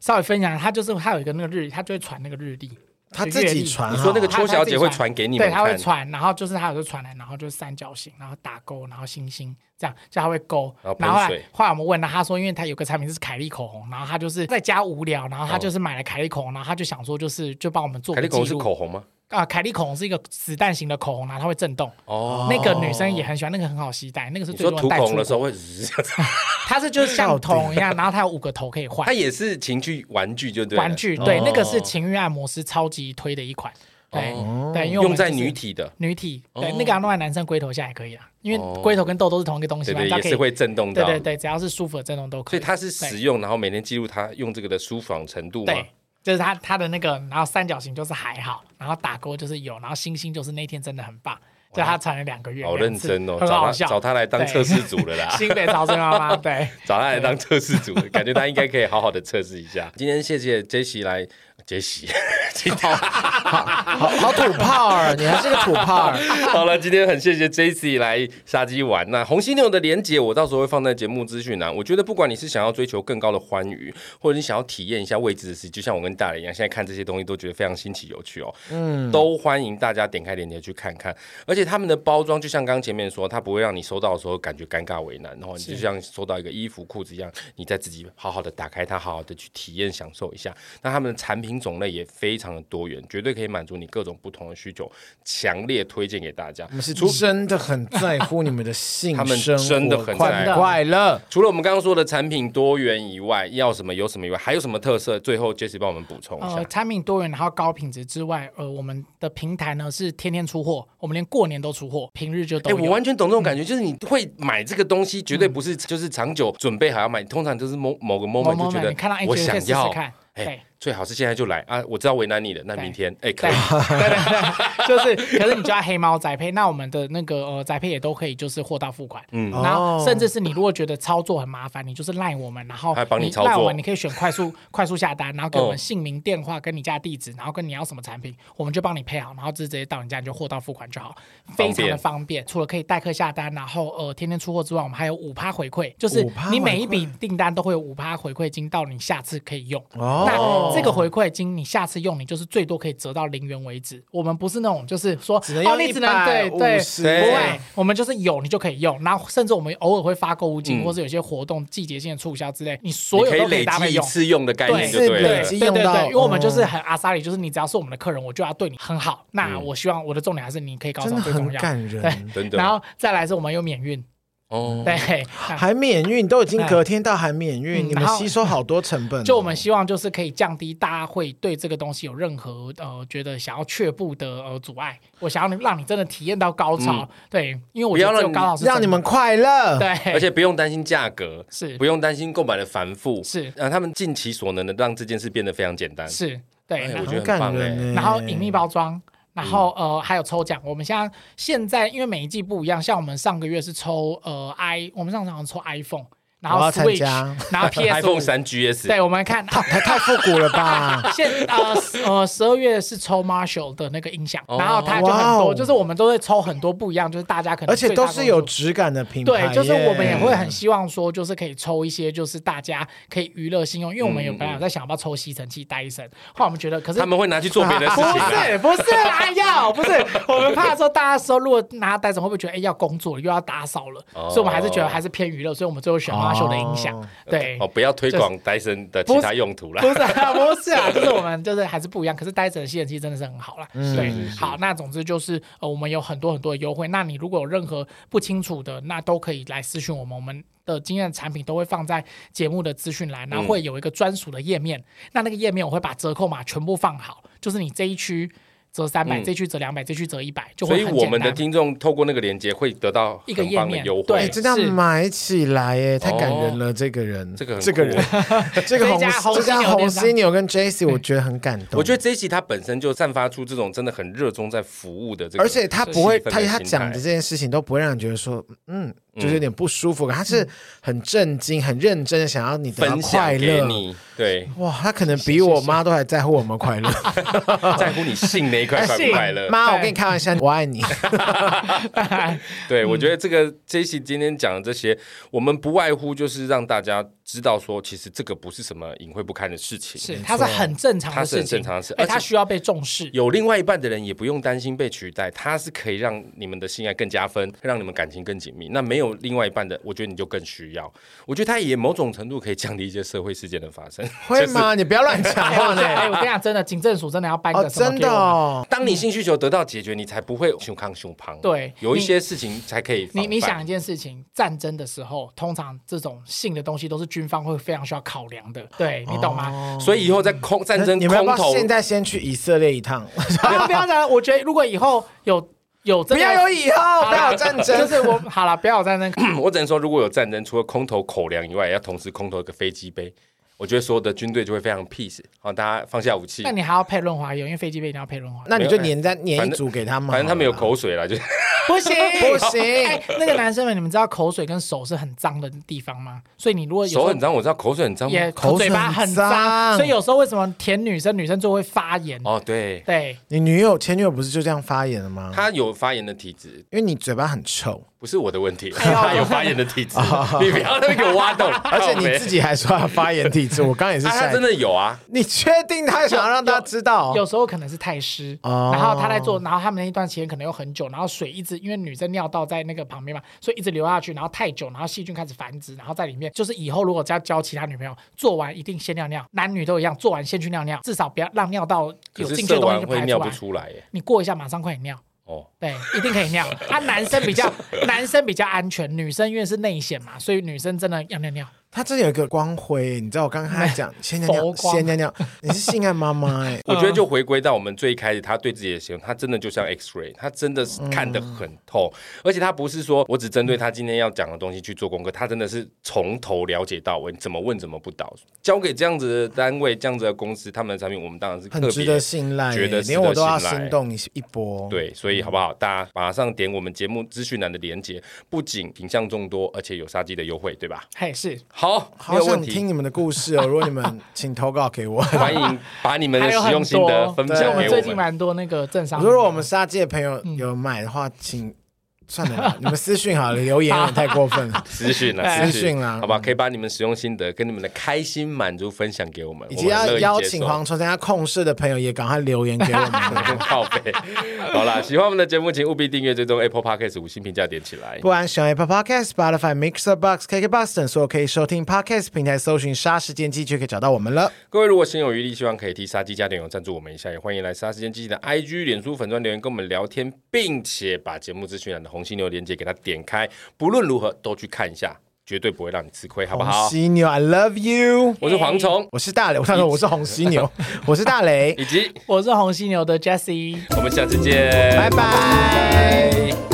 S3: 稍微分享，他就是他有一个那个日，他就会传那个日历，
S2: 他自己传
S1: 你
S2: 哈，
S1: 说那个
S3: 哦他
S1: 邱小姐会
S3: 他自己
S1: 传给你
S3: 对，
S1: 们
S3: 他会
S1: 看，
S3: 传，然后就是他有时候传来，然后就是三角形，然后打勾，然后星星这样，就他会勾
S1: 然后。喷
S3: 然后后来
S1: 水
S3: 后来我们问他，他说因为他有个产品是凯利口红，然后他就是在家无聊，然后他就是买了凯利口红，然后他就想说就是就帮我们做
S1: 哦凯利
S3: 个
S1: 口红
S3: 记
S1: 是
S3: 录
S1: 口红吗？
S3: 啊，凯利口红是一个子弹型的口红，然后它会震动。
S1: 哦，
S3: 那个女生也很喜欢，那个很好携带，啊那个是
S1: 你说
S3: 最多
S1: 涂
S3: 人带
S1: 口
S3: 出
S1: 红的
S3: 国
S1: 时候会， [laughs]
S3: 它是就是像桶一样，然后它有五个头可以换
S1: 它。也是情趣玩具，就 [laughs] 对了。
S3: 玩具对
S1: 哦，
S3: 那个是情欲按摩师超级推的一款，对
S1: 哦
S3: 对，因为我们
S1: 用在
S3: 就是
S1: 女体的，
S3: 女体，对
S1: 哦
S3: 那个要弄在男生龟头下也可以啊，因
S1: 哦
S3: 为龟头跟痘都是同一个东西
S1: 对
S3: 嘛，
S1: 对，
S3: 它
S1: 也
S3: 可
S1: 是
S3: 以
S1: 会震动
S3: 对
S1: 到。
S3: 对对，只要是舒服的震动都可
S1: 所
S3: 以。
S1: 以它是使用，然后每天记录它用这个的舒爽程度吗？
S3: 对，就是它它的那个，然后三角形就是还好，然后打勾就是有，然后星星就是那天真的很棒，就他传了两个月，
S1: 好
S3: 两
S1: 认
S3: 次
S1: 真哦，
S3: 很
S1: 找
S3: 好
S1: 他
S3: 笑，
S1: 找他来当
S3: 对
S1: 测试组了啦。
S3: [laughs] 新北潮生妈
S1: [laughs]
S3: 妈，对，
S1: 找他来当测试组，感觉他应该可以好好的测试一下。 [laughs] 今天谢谢杰西来，杰 [laughs] 西，今天
S2: 好好土炮 [laughs] 儿，你还是个土炮儿。
S1: 好了，今天很谢谢 J C 来杀鸡玩。那红犀牛的连接我到时候会放在节目资讯栏。我觉得不管你是想要追求更高的欢愉，或者你想要体验一下未知的事，就像我跟大人一样，现在看这些东西都觉得非常新奇有趣哦。嗯，都欢迎大家点开链接去看看。而且他们的包装就像刚刚前面说，它不会让你收到的时候感觉尴尬为难，然后你就像收到一个衣服裤子一样，你再自己好好的打开它，好好的去体验享受一下。那他们的产品种类也非常的多元，绝对可以满足你各种不同的需求，强烈推荐给大家。
S2: 我们是真的很在乎你们的性
S1: 他们
S2: 生活，
S1: 真的很在乎
S2: 快不快乐。
S1: 除了我们刚刚说的产品多元以外，要什么有什么以外，还有什么特色？最后 Jesse 帮我们补充一下。
S3: 呃，产品多元，然后高品质之外，呃，我们的平台呢是天天出货，我们连过年都出货，平日就
S1: 哎、
S3: 都有。嗯
S1: 我完全懂这种感觉，就是你会买这个东西，绝对不是就是长久准备好要买，通常就是某某个 moment
S3: 某
S1: 就觉
S3: moment，
S1: 得
S3: 你看到哎
S1: 我
S3: 觉得
S1: 想
S3: 可以试试
S1: 要，
S3: 看
S1: 哎
S3: 对
S1: 最好是现在就来啊！我知道为难你了，那明天哎、可
S3: 对
S1: 以。
S3: 对对对， [laughs] 就是，可是你就要黑猫宅配，那我们的那个呃宅配也都可以，就是货到付款。嗯，然后甚至是你如果觉得操作很麻烦，你就是赖我们，然后
S1: 还帮你
S3: 你
S1: 操作
S3: 赖我们，你可以选快速快速下单，然后给我
S1: 嗯
S3: 们姓名、电话跟你家地址，然后跟你要什么产品，我们就帮你配好，然后就直接到你家你就货到付款就好，非常的方便。除了可以代客下单，然后呃天天出货之外，我们还有五趴回馈，就是
S2: 5%
S3: 你每一笔订单都会有五趴回馈金到你下次可以用。
S2: 哦
S3: 那，这个回馈金，你下次用你就是最多可以折到零元为止。我们不是那种就是说
S2: 只能
S3: 哦，
S2: 用
S3: 你只能对对，
S2: 150
S1: 对
S3: 不会，我们就是有你就可以用。然后甚至我们偶尔会发购物金，
S1: 嗯
S3: 或者有些活动、季节性的促销之类，你
S1: 你
S3: 所有
S1: 可以
S3: 都可以
S1: 累
S3: 搭配
S1: 积一
S3: 用。
S1: 次用的概念就
S2: 对
S1: 对了。
S2: 累积
S3: 对
S2: 用
S3: 对
S2: 到
S3: 对，因为我们就是
S2: 哦
S3: 很阿萨里，就是你只要是我们的客人，我就要对你很好。那我希望我的重点还是你可以高
S2: 嗯真
S3: 潮
S2: 的
S3: 最
S2: 很
S3: 重要。
S2: 感人。
S1: 真的。
S3: 然后再来是我们有免运，
S1: 哦，
S3: 对，那
S2: 还免运都已经隔天到还免运，
S3: 嗯
S2: 你们
S3: 然后
S2: 吸收好多成本哦。
S3: 就我们希望就是可以降低大家会对这个东西有任何呃觉得想要却步的呃阻碍。我想要你让你真的体验到高潮，对，因为我
S1: 嗯不
S3: 觉
S1: 要
S3: 得只
S1: 让
S3: 有
S1: 你
S3: 高潮是
S2: 让你
S3: 真的
S2: 们快乐。
S3: 对，
S1: [laughs] 而且不用担心价格，
S3: 是
S1: 不用担心购买的繁复，
S3: 是
S1: 让他们尽其所能的让这件事变得非常简单。
S3: 是
S1: 哎
S3: 对，
S1: 我
S3: 然
S1: 觉得嗯很
S2: 很
S3: 后
S2: 感
S1: 棒
S2: 人
S1: 欸
S2: 呢。
S3: 然后隐秘包装。然后呃还有抽奖，我们像现在因为每一季不一样，像我们上个月是抽呃 i，我们上次好像抽 iPhone，然
S2: 我
S3: 后
S2: 要参
S3: Switch，
S2: 加
S1: [laughs]
S3: 然后 PS
S1: iPhone 三 GS，
S3: 对，我们看
S2: 太太太复古了吧？
S3: [laughs] 现呃十呃十二月是抽 Marshall 的那个音响，
S1: 哦
S3: 然后它就很
S2: 哇
S3: 多，
S2: 哦
S3: 就是我们都会抽很多不一样，就是大家可能
S2: 而且
S3: 最大
S2: 都
S3: 公
S2: 是有
S3: 司
S2: 质感的品牌耶。
S3: 对，就是我们也会很希望说，就是可以抽一些，就是大家可以娱乐性用，因为我们有本来有在想要不要抽吸尘器、戴森，后来我们觉得可是
S1: 嗯他们会拿去做别的事
S3: 不
S1: 情
S3: [laughs]
S1: 啊。
S3: 是不是啦，要不是我们怕说大家说如果拿袋子会不会觉得哎要工作又要打扫了，
S1: 哦
S3: 所以我们还是觉得还是偏娱乐，所以我们最后选马秀的音响
S2: 哦，
S3: 对
S1: 哦，。不要推广戴森的其他用途啦
S3: 不。是
S1: [laughs]
S3: 啊，不是啊，就是我们就是还是不一样。可是呆子的吸尘器真的是很好啦，
S1: 嗯
S3: 对，好，那总之就是呃，我们有很多很多的优惠。那你如果有任何不清楚的，那都可以来私讯我们，我们的经验产品都会放在节目的资讯
S1: 嗯
S3: 栏，然后会有一个专属的页面。那那个页面我会把折扣码全部放好，就是你这一区折三百、
S1: 嗯
S3: 这一区折两百，这一区折一百，就
S1: 所
S3: 会
S1: 以
S3: 很
S1: 我们的
S3: 简单
S1: 听众透过那个连接会得到
S3: 一个
S1: 很
S3: 页
S1: 棒的
S3: 面
S1: 优惠。
S3: 对
S2: 哎，真的要
S3: 是
S2: 买起来耶，太感人了！这个人，
S1: 哦这个很
S2: 这个人， [laughs] 这个
S3: 这家
S2: 红
S3: 红
S2: 这家
S3: 犀牛
S2: 红
S3: 店长
S2: 犀牛跟 J C，我觉得很感动。
S1: 我觉得这一期它本身就散发出这种真的很热衷在服务的这个，
S2: 而且他不会，
S1: 气氛的
S2: 他
S1: 心
S2: 他
S1: 态
S2: 讲的这件事情都不会让人觉得说，嗯，就是有点不舒服。他是很震惊、很认真的想要你得到
S1: 嗯分享
S2: 快
S1: 给
S2: 乐。
S1: 你，
S2: [laughs]
S1: 对，
S2: 哇，他可能比我妈都还在乎我
S1: [laughs]
S2: 们快乐。
S1: 在乎你性那一块快不快乐。
S2: 妈，我跟你开玩笑，我爱
S1: [laughs]
S2: 你。
S1: 对，我觉得这个 J C 今天讲的这些，我们不外乎就是让大家知道说，其实这个不是什么隐晦不堪的事情，
S3: 是它是很正常
S1: 它
S3: 的
S1: 是很
S3: 事情，
S1: 正常的事
S3: 哎，
S1: 而且
S3: 它需要被重视。
S1: 有另外一半的人也不用担心被取代，它是可以让你们的性爱更加分，让你们感情更紧密。那没有另外一半的，我觉得你就更需要。我觉得它也某种程度可以降低一些社会事件的发
S3: [laughs]
S1: 生。
S2: 会吗？你不要乱讲
S3: 哎，我
S1: 啊
S2: 话
S3: 觉得哎，
S2: 呢。
S3: 我跟你讲，真的，警政署真的要颁一
S2: 哦，
S3: 个什么
S2: 真
S3: 给
S2: 的
S3: 我们
S2: 哦。
S1: 当你性需求得到解决，你才不会胸康胸胖。
S3: 对
S1: 有一
S3: 你
S1: 些事情才可以防范。
S3: 你你想一件事情，战争的时候，通常这种性的东西都是军方会非常需要考量的，对你懂吗？ [laughs]
S1: 所以以后在空战争
S2: 哦你们要不
S1: 空
S2: 要
S1: 投，
S2: 现在先去以色列一趟？
S3: 不要不要讲了，我觉得如果以后有有
S1: 啊
S2: 不
S3: 真的
S2: 要有以后，
S3: 好
S2: 不
S3: 啦
S2: 要有战
S3: 就
S2: 争。
S3: 是我好了，不要有战争。
S1: 我只能说，如果有战争，除了空投口粮以外，也要同时空投一个飞机杯。我觉得所有的军队就会非常 peace，好，大家放下武器
S3: 那。你还要配润滑油，因为飞机杯一定要配润滑
S1: [laughs]
S3: 油，
S2: 那你就粘在粘
S1: 反
S2: 一
S1: 正
S2: 组给他们好了，
S1: 反正他们有口水了，就是
S3: 不
S1: [laughs]
S3: 行
S2: 不行
S3: 哎那个男生们，你们知道口水跟手是很脏的地方吗？所以你如果有时
S1: 手
S3: 候
S1: 很脏，我知道口水很脏吗。
S3: 也
S2: 口水
S3: 嘴巴
S2: 很
S3: 很
S2: 脏
S3: 所以有时候为什么舔女生，女生就会发炎？
S1: 哦，对，
S3: 对，
S2: 你女友前女友不是就这样发言了吗？
S1: 他有发炎的体质，
S2: 因为你嘴巴很臭，
S1: 不是我的问题，
S3: 哎
S1: 是他有发炎的体
S2: [laughs]
S1: 质。你不要那边给我挖洞，
S2: 哦而
S1: 而
S2: 且你自己还说要发言
S1: [laughs]
S2: 体质，我刚刚也是
S1: 啊，他
S2: 吓一
S1: 真
S2: 跳。
S1: 的有啊。
S2: 你确定他想要让大家知道？
S3: 有时候可能是太湿，
S2: 哦
S3: 然后他在做，然后他们那一段时间可能又很久，然后水一直因为女生尿道在那个旁边嘛，所以一直流下去，然后太久，然后细菌开始繁殖，然后在里面就是以后如果要交其他女朋友，做完一定先尿尿，男女都一样，做完先去尿尿，至少不要让尿道
S1: 可
S3: 有
S1: 是
S3: 进去的
S1: 射
S3: 东西
S1: 完
S3: 就
S1: 会
S3: 排
S1: 尿
S3: 出
S1: 不
S3: 来。
S1: 出来耶。
S3: 你过一下马上快点尿。
S1: 哦，
S3: 对， [laughs] 一定可以尿。啊，男生比较男生比较安全，女生因为是内显嘛，所以女生真的要尿尿。
S2: 它真的有一个光辉，你知道我刚刚还讲先尿
S3: 佛
S2: 尿，
S3: 光
S2: 先尿尿，你是性爱妈妈
S1: [laughs]
S2: 哎、
S1: 我觉得就回归到我们最开始他对自己的形容，他真的就像 X ray，他真的是看得很透，而且他不是说我只针对他今天要讲的东西去做功课，他真的是从头了解到尾，怎么问怎么不倒。交给这样子的单位、这样子的公司，他们的产品我们当然是特
S2: 很
S1: 别
S2: 值得信赖、
S1: 觉
S2: 欸，
S1: 得值得
S2: 连我都要
S1: 信赖
S2: 心动一一波。，
S1: 对，所
S2: 嗯
S1: 以好不好？大家马上点我们节目资讯栏的连接，不仅品相众多，而且有杀鸡的优惠，对吧？
S3: 嘿，是
S1: 好，没
S2: 好
S1: 有问
S2: 想听
S1: 题。
S2: 你们的故事哦。如果你们请投稿给我，
S1: [laughs] 欢迎把你们的
S3: [laughs] 还有
S1: 使
S3: 很
S1: 用心得
S3: 多，
S1: 分
S3: 其实
S1: 享
S3: 我
S1: 给
S3: 们最近
S1: 我们。。
S3: 蛮多那个正
S2: 我
S3: 商，
S2: 说如果我们杀鸡的朋友有买的话，请算了啦，你 [laughs] 们私讯好了，留言有点太过分
S1: [laughs]
S2: 了
S1: 资讯啦，
S2: 哎
S1: 资讯
S2: 私讯啦
S1: 好吧，可以把你们使用心得跟你们的开心满足分享给我们，
S2: 以
S1: 我
S2: 及
S1: 们
S2: 要
S1: 乐意
S2: 邀
S1: 接
S2: 请
S1: 受 [laughs]
S2: 黄虫参加控室的朋友，也赶快留言给我们。
S1: 靠
S2: [laughs]
S1: 背。好啦，喜欢我们的节目，请务必订阅、追踪 Apple Podcast 五星评价点起来。
S2: 不管使用 Apple Podcast、Spotify、Mixer Box、KKBox 等所有可以收听 Podcast 平台，搜寻“杀时间机”就可以找到我们了。
S1: 各位如果心有余力，希望可以替杀鸡加点油赞助我们一下，也欢迎来杀时间机器的 IG、脸书粉专留言跟我们聊天，并且把节目资讯栏的红犀牛连接给它点开，不论如何都去看一下，绝对不会让你吃亏，好不好
S2: 红？犀牛，I love you。
S1: 我是蝗虫，
S2: 我是大雷，我想说我是红犀
S1: [laughs]
S2: 牛，我是大雷，
S1: 以及
S3: 我是红犀牛的 Jesse。i
S1: 我们下次见，
S2: 拜拜。
S1: 拜